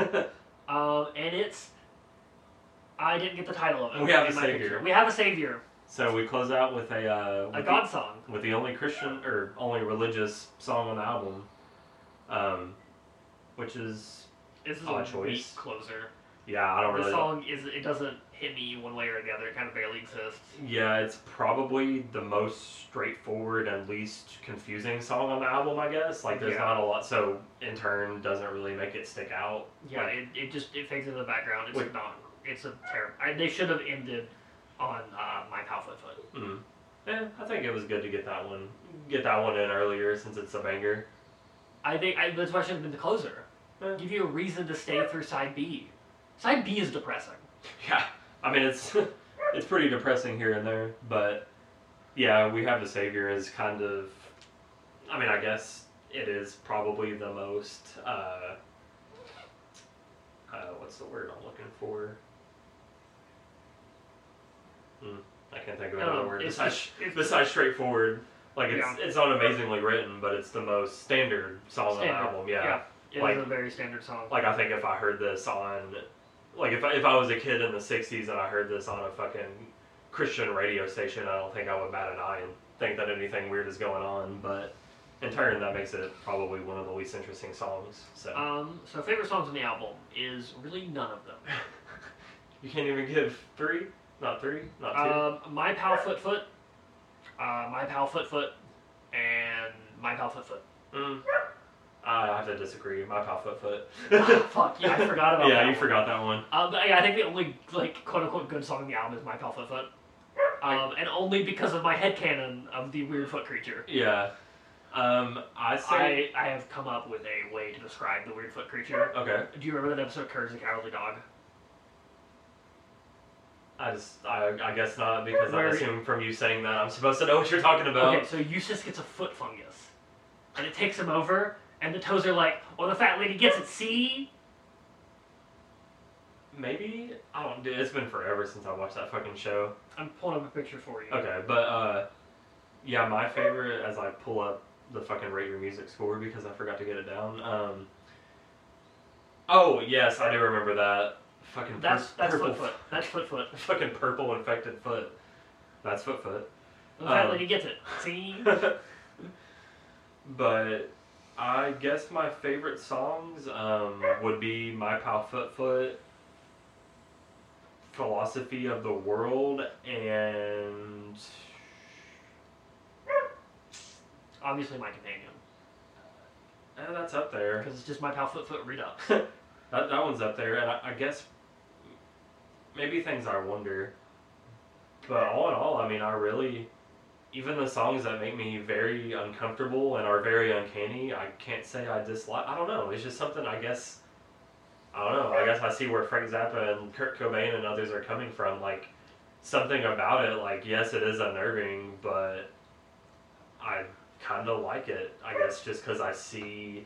A: number. Um, and it's. I didn't get the title of it.
B: We have
A: It
B: a
A: might be-
B: savior.
A: We have a savior.
B: so we close out with a uh,
A: A
B: with
A: god song.
B: with the only Christian or only religious song on the album, um, which is
A: This is
B: Odd
A: a
B: choice.
A: weak closer.
B: yeah, I don't
A: The
B: really.
A: song is it doesn't hit me one way or the other. It kind of barely exists.
B: Yeah, it's probably the most straightforward and least confusing song on the album, I guess. Like, there's
A: Yeah.
B: not a lot, so in turn doesn't really make it stick out.
A: Yeah,
B: Like-
A: it, it just it fades into the background. It's
B: Wait.
A: not. It's a terrible. I, they should have ended on uh, my pal foot foot.
B: Mm. Yeah, I think it was good to get that one, get that one in earlier since it's a banger. Eh.
A: I think I, that's why I should have been the closer.
B: Yeah.
A: Give you a reason to stay through side B. Side B is depressing.
B: Yeah, I mean it's it's pretty depressing here and there, but yeah, we have the savior is kind of. I mean, I guess it is probably the most. Uh, uh, what's the word I'm looking for? Hmm, I can't think of another
A: Um,
B: word
A: it's
B: besides,
A: just- it's-
B: besides straightforward. Like it's it's not amazingly written, but it's the most standard song on
A: Standard,
B: Oh, the album.
A: yeah. It is
B: Like-
A: a very standard song.
B: Like I think if I heard this on, like if I, if I was a kid in the '60s and I heard this on a fucking Christian radio station, I don't think I would bat an eye and think that anything weird is going on. But in turn, that makes it probably one of the least interesting songs. So
A: Um, so favorite songs on the album is really none of them.
B: you can't even give three, not three, not two.
A: Um, my pal foot foot, uh, my pal foot foot, and my pal foot foot.
B: Mm. I have to disagree. My pal foot foot.
A: Ah, Fuck yeah, I forgot about
B: yeah,
A: that
B: you
A: one.
B: forgot that one.
A: Um, but yeah, I think the only like quote unquote good song on the album is my pal foot foot. Um, and only because of my headcanon of the weird foot creature.
B: Yeah. Um, I say.
A: I, I have come up with a way to describe the weird foot creature.
B: okay.
A: Do you remember that episode of Courage the Cowardly Dog?
B: I just, I, I guess not because I
A: Where-
B: assume from you saying that I'm supposed to know what you're talking about.
A: Okay, so Eustace gets a foot fungus. And it takes him over, and the toes are like, well, the fat lady gets it, see?
B: Maybe I don't. dude, It's been forever since I watched that fucking show.
A: I'm pulling up a picture for you.
B: Okay, but uh, yeah, my favorite as I pull up the fucking rate your music score because I forgot to get it down. Um. Oh yes, I do remember that fucking.
A: That's
B: pur-
A: that's
B: purple,
A: foot foot. That's foot foot.
B: Fucking purple infected foot. That's foot foot.
A: The fat
B: Um.
A: lady gets it, see?
B: but I guess my favorite songs um, would be My Pal Foot Foot, Philosophy of the World, and
A: Obviously, my companion.
B: eh, that's up there.
A: Because it's just my pal foot foot redux.
B: that, that one's up there, and I, I guess maybe Things I Wonder. But all in all, I mean, I really, even the songs that make me very uncomfortable and are very uncanny, I can't say I dislike. I don't know. It's just something I guess. I don't know. I guess I see where Frank Zappa and Kurt Cobain and others are coming from. Like something about it. Like yes, it is unnerving, but I kind of like it. I guess just because I see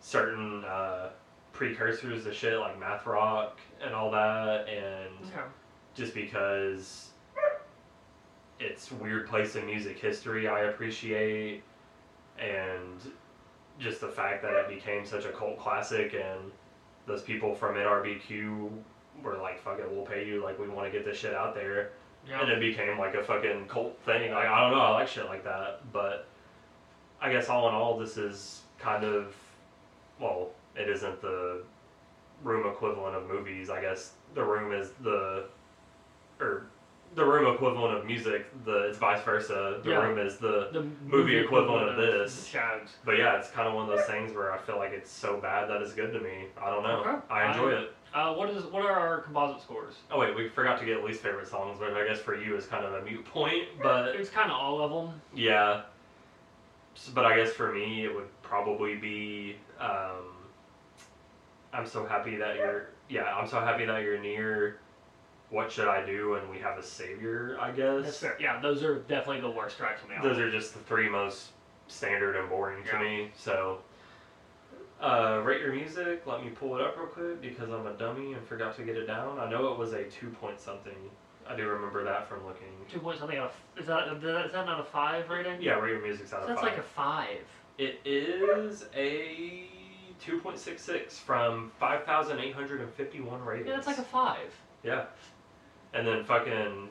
B: certain uh, precursors to shit like math rock and all that, and
A: Okay.
B: just because it's weird place in music history I appreciate and just the fact that it became such a cult classic and those people from NRBQ were like fuck it we'll pay you like we want to get this shit out there
A: Yeah.
B: and it became like a fucking cult thing like I don't know I like shit like that but I guess all in all this is kind of well it isn't the room equivalent of movies I guess the room is the or the room equivalent of music, the it's vice versa. The
A: Yeah.
B: room is the
A: the
B: movie equivalent of this.
A: The Shags.
B: but yeah, it's kind of one of those things where I feel like it's so bad that it's good to me. I don't know.
A: Okay.
B: I enjoy it.
A: Uh, what is what are our composite scores?
B: Oh wait, we forgot to get least favorite songs, which I guess for you is kind of a mute point. But
A: It's kind of all of them.
B: yeah, S- but I guess for me it would probably be. Um, I'm so happy that you're. Yeah, I'm so happy that you're near. What should I do? And we have a savior. I guess.
A: That's fair. Yeah, those are definitely the worst tracks on the album.
B: Those are just the three most standard and boring to
A: Yeah.
B: me. So, uh, rate your music. Let me pull it up real quick because I'm a dummy and forgot to get it down. I know it was a two point something. I do remember that from looking.
A: Two point something out of is that is that not a five rating?
B: Yeah, rate your music's out
A: So
B: of
A: that's
B: five.
A: like a five.
B: It is a two point six six from five thousand eight hundred and fifty one ratings.
A: Yeah, that's like a five.
B: Yeah. And then fucking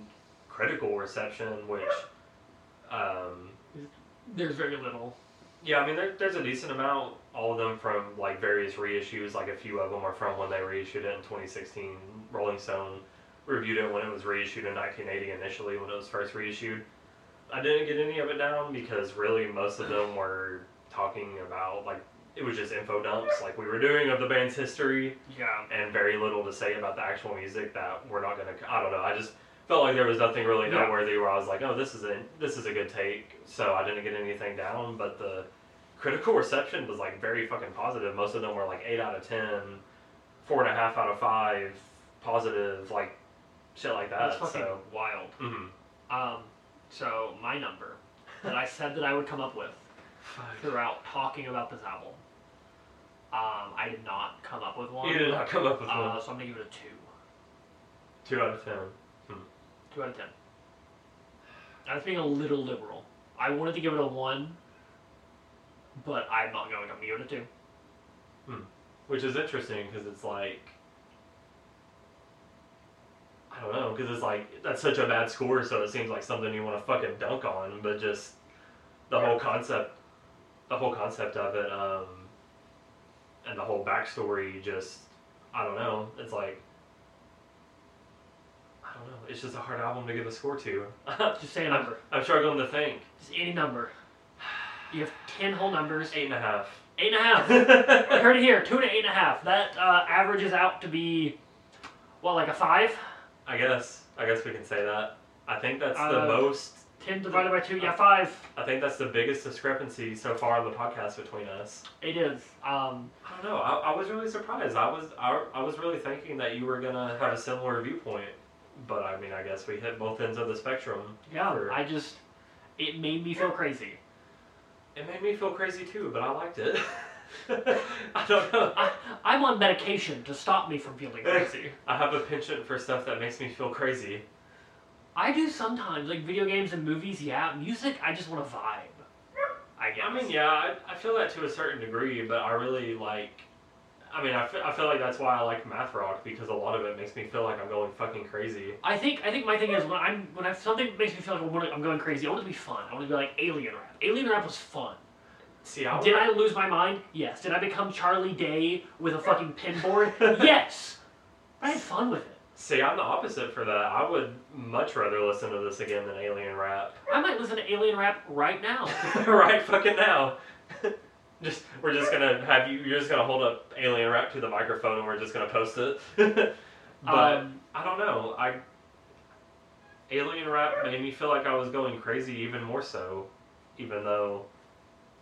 B: critical reception, which. Um,
A: There's very little.
B: Yeah, I mean, there, there's a decent amount. All of them from like various reissues. Like a few of them are from when they reissued it in 2016. Rolling Stone reviewed it when it was reissued in 1980 initially when it was first reissued. I didn't get any of it down because really most of them were talking about like it was just info dumps like we were doing of the band's history
A: Yeah.
B: and very little to say about the actual music that we're not gonna. I don't know. I just felt like there was nothing really
A: Yeah.
B: noteworthy where I was like, oh, this is a this is a good take. So I didn't get anything down, but the critical reception was like very fucking positive. Most of them were like eight out of ten, four and a half out of five, positive, like shit like that.
A: That's fucking
B: so.
A: wild.
B: mhm.
A: Um, so my number that I said that I would come up with
B: Fuck.
A: throughout talking about this album. Um, I did not come up with one.
B: You did not come up with
A: Uh,
B: one.
A: so I'm gonna give it a two.
B: Two out of ten.
A: Two out of ten. I was being a little liberal. I wanted to give it a one, but I'm not going. I'm gonna give it a two.
B: Which is interesting because it's like. I don't know, because it's like, that's such a bad score, so it seems like something you want to fucking dunk on, but just the whole concept, the whole concept of it, um, and the whole backstory, just, I don't know, it's like, I don't know, it's just a hard album to give a score to.
A: Just say a
B: I'm,
A: number.
B: I'm struggling to think.
A: Just any number. You have ten whole numbers.
B: Eight and a half.
A: Eight and a half. I heard it here. Two to eight and a half. That uh, averages out to be, what, like a five?
B: I guess, I guess we can say that. I think that's the
A: Uh,
B: most
A: Ten divided by two. Yeah, five.
B: I think that's the biggest discrepancy so far on the podcast between us.
A: It is. Um,
B: I don't know. I, I was really surprised. I was I, I was really thinking that you were gonna have a similar viewpoint, but I mean, I guess we hit both ends of the spectrum.
A: yeah.
B: Sure.
A: I just, it made me feel crazy.
B: It made me feel crazy too, but I liked it. I don't know.
A: I, I'm on medication to stop me from feeling crazy.
B: I have a penchant for stuff that makes me feel crazy.
A: I do sometimes, like video games and movies. Yeah, music. I just want to vibe. I guess.
B: I mean, yeah, I, I feel that to a certain degree, but I really like. I mean, I fe- I feel like that's why I like math rock because a lot of it makes me feel like I'm going fucking crazy.
A: I think I think my thing is when I'm when I something makes me feel like I'm wanna- I'm going crazy. I want it to be fun. I want it to be like Alien Rap. Alien Rap was fun.
B: See, I
A: Did I lose my mind? Yes. Did I become Charlie Day with a fucking pinboard? yes. But I had fun with it.
B: See, I'm the opposite for that. I would much rather listen to this again than Alien Rap.
A: I might listen to Alien Rap right now.
B: right fucking now. just we're just gonna have you you're just gonna hold up Alien Rap to the microphone and we're just gonna post it. but
A: um,
B: I don't know. I Alien Rap made me feel like I was going crazy even more so, even though.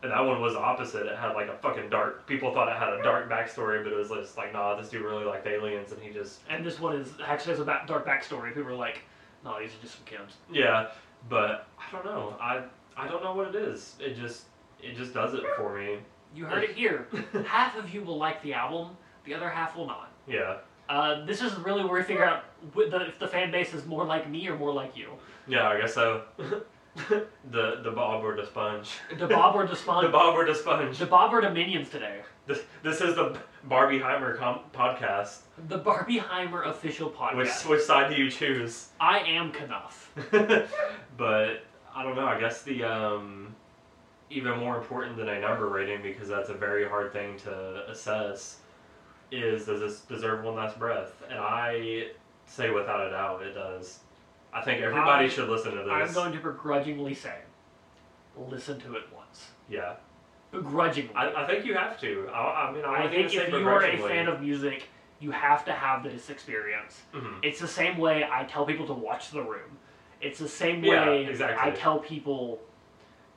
B: And that one was the opposite. It had like a fucking dark. People thought it had a dark backstory, but it was just like, nah, this dude really liked aliens, and he just
A: And this one is actually has a back, dark backstory. People are like, no, these are just some kids.
B: yeah. But I don't know. I I don't know what it is. It just it just does it for me.
A: You heard it here. half of you will like the album, the other half will not.
B: Yeah.
A: Uh, this is really where we figure out wh- the, if the fan base is more like me or more like you.
B: Yeah, I guess so. the the Bob or the sponge.
A: The Bob or the Sponge.
B: the Bob or the sponge.
A: the Bob or the Minions today.
B: This, this is the Barbie Heimer com- podcast.
A: The Barbieheimer official podcast.
B: Which which side do you choose?
A: I am Knuff.
B: but I don't know. I guess the um, even more important than a number rating because that's a very hard thing to assess is does this deserve one last breath? And I say without a doubt it does. I think everybody
A: I-
B: should listen to this.
A: I'm going to begrudgingly say, listen to it once.
B: yeah,
A: Begrudgingly.
B: I, I think you have to. I, I mean, I,
A: I
B: was
A: think
B: gonna
A: if
B: say
A: you are a
B: begrudgingly.
A: fan of music, you have to have this experience.
B: Mhm.
A: It's the same way I tell people to watch The Room. It's the same
B: Yeah,
A: way
B: exactly.
A: I tell people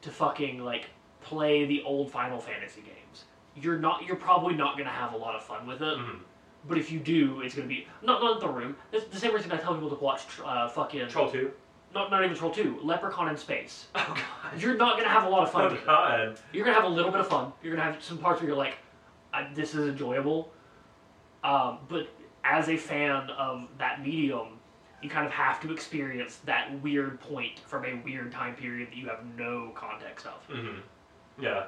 A: to fucking like play the old Final Fantasy games. You're not. You're probably not gonna have a lot of fun with it.
B: Mhm.
A: But if you do, it's gonna be not not The Room. It's the same reason I tell people to watch uh, fucking
B: Troll Two.
A: not not even Troll Two, Leprechaun in Space.
B: Oh god.
A: You're not gonna have a lot of fun.
B: Oh
A: with it.
B: god.
A: You're gonna have a little bit of fun. You're gonna have some parts where you're like, I, "This is enjoyable," um, but as a fan of that medium, you kind of have to experience that weird point from a weird time period that you have no context of.
B: hmm Yeah.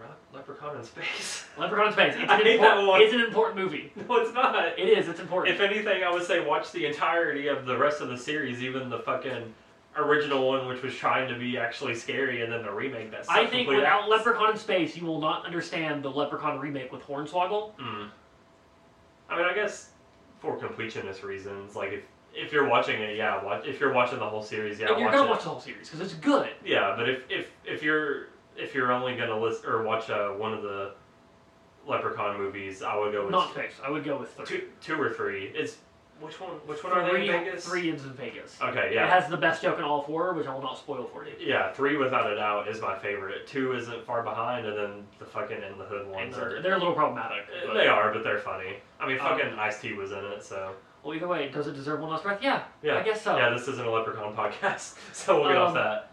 B: Re- Leprechaun in space.
A: Leprechaun in Space. It's an,
B: I hate that
A: import-
B: one.
A: it's an important movie.
B: no, it's not.
A: It is. It's important.
B: If anything, I would say watch the entirety of the rest of the series, even the fucking original one, which was trying to be actually scary, and then the remake that's
A: I think without Leprechaun in Space, you will not understand the Leprechaun remake with Hornswoggle.
B: Mm. I mean, I guess for completionist reasons, like if if you're watching it, yeah, watch. If you're watching the whole series, yeah,
A: and you're
B: watch
A: gonna
B: it.
A: watch the whole series because it's good.
B: Yeah, but if if if you're if you're only gonna list or watch uh, one of the Leprechaun movies, I would go with
A: Not Space. I would go with three.
B: two, two or three. It's which one? Which one are they
A: three,
B: in Vegas?
A: three is in Vegas.
B: Okay,
A: It
B: yeah,
A: has the best joke in all of horror, which I will not spoil for you.
B: yeah. Three without a doubt is my favorite. Two isn't far behind, and then the fucking in the hood
A: And
B: ones
A: they're,
B: are.
A: they're a little problematic. But,
B: Uh, They are, but they're funny. I mean,
A: Um,
B: fucking Ice T was in it, so
A: Well, either way, does it deserve one last breath? Yeah,
B: yeah.
A: I guess so.
B: Yeah, this isn't a Leprechaun podcast, so we'll get off
A: Um,
B: that.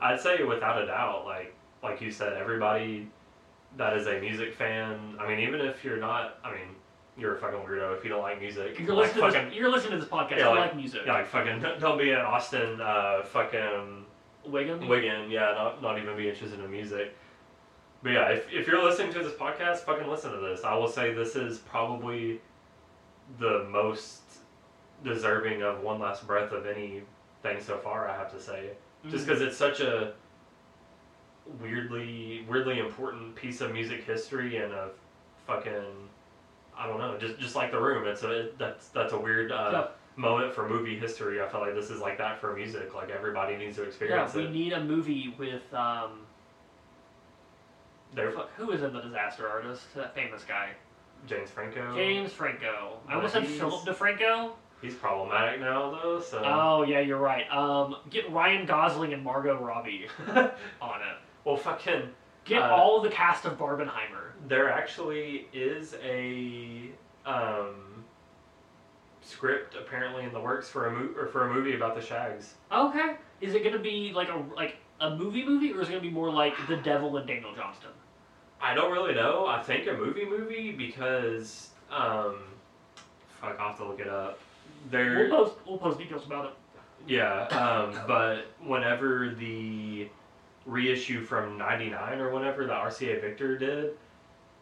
B: I'd say without a doubt, like like you said, everybody that is a music fan. I mean, even if you're not, I mean, you're a fucking weirdo if you don't like music.
A: You're,
B: like
A: listening to
B: fucking,
A: this, you're listening to this podcast.
B: Yeah,
A: I
B: like-
A: like music.
B: yeah, like fucking, don't be an Austin, uh, fucking
A: Wigan?
B: Wigan. Yeah, not not even be interested in music. But yeah, if if you're listening to this podcast, fucking listen to this. I will say this is probably the most deserving of one last breath of any thing so far. I have to say
A: Mm.
B: just because it's such a weirdly weirdly important piece of music history and a fucking I don't know just just like the room it's a that's that's a weird uh,
A: Yeah.
B: moment for movie history I feel like this is like that for music like everybody needs to
A: Yeah,
B: experience
A: we
B: it
A: need a movie with, um,
B: there
A: fuck, who is in The Disaster Artist? That famous guy.
B: James Franco
A: James Franco. I
B: Well,
A: almost said
B: he's-
A: Philip DeFranco.
B: he's problematic now though so
A: Oh, yeah, you're right. Um, get Ryan Gosling and Margot Robbie on it.
B: well fucking
A: Get
B: Uh,
A: all the cast of Barbenheimer.
B: There actually is a um, script apparently in the works for a mo- or for a movie about the Shags.
A: Okay. Is it gonna be like a like a movie movie, or is it gonna be more like The Devil and Daniel Johnston?
B: I don't really know. I think a movie movie because um, fuck, I'll have to look it up.
A: We'll
B: There,
A: post we'll post details about it.
B: yeah. Um, but whenever the reissue from '99 or whenever the RCA Victor did,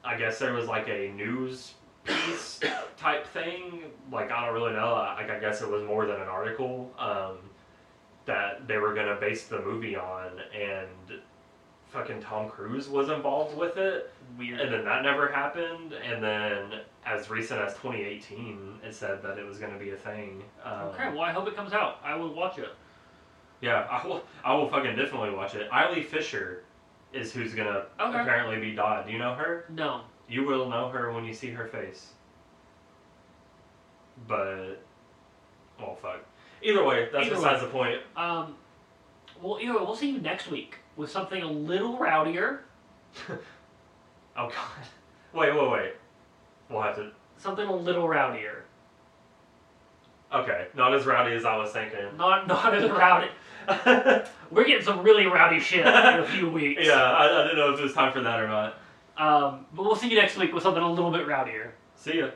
B: I guess there was like a news piece type thing. Like I don't really know. I- Like I guess it was more than an article um, that they were gonna base the movie on, and fucking Tom Cruise was involved with it.
A: Weird.
B: And then that never happened. And then, as recent as 2018, it said that it was going to be a thing. Um,
A: okay. Well, I hope it comes out. I will watch it.
B: Yeah, I will. I will fucking definitely watch it. Eileen Fisher is who's going to
A: Okay.
B: apparently be Dodd. You know her.
A: No.
B: You will know her when you see her face. But, well, fuck. Either way, that's
A: Either
B: besides the point.
A: Um, well, anyway, we'll see you next week with something a little rowdier,
B: Oh god. Wait, wait, wait. We'll have to.
A: something a little rowdier,
B: Okay, not as rowdy as I was thinking.
A: not not as rowdy.
B: yeah,
A: We're getting some really rowdy shit in a few weeks.
B: I, I didn't know if it was time for that or not.
A: Um, but we'll see you next week with something a little bit rowdier.
B: See ya.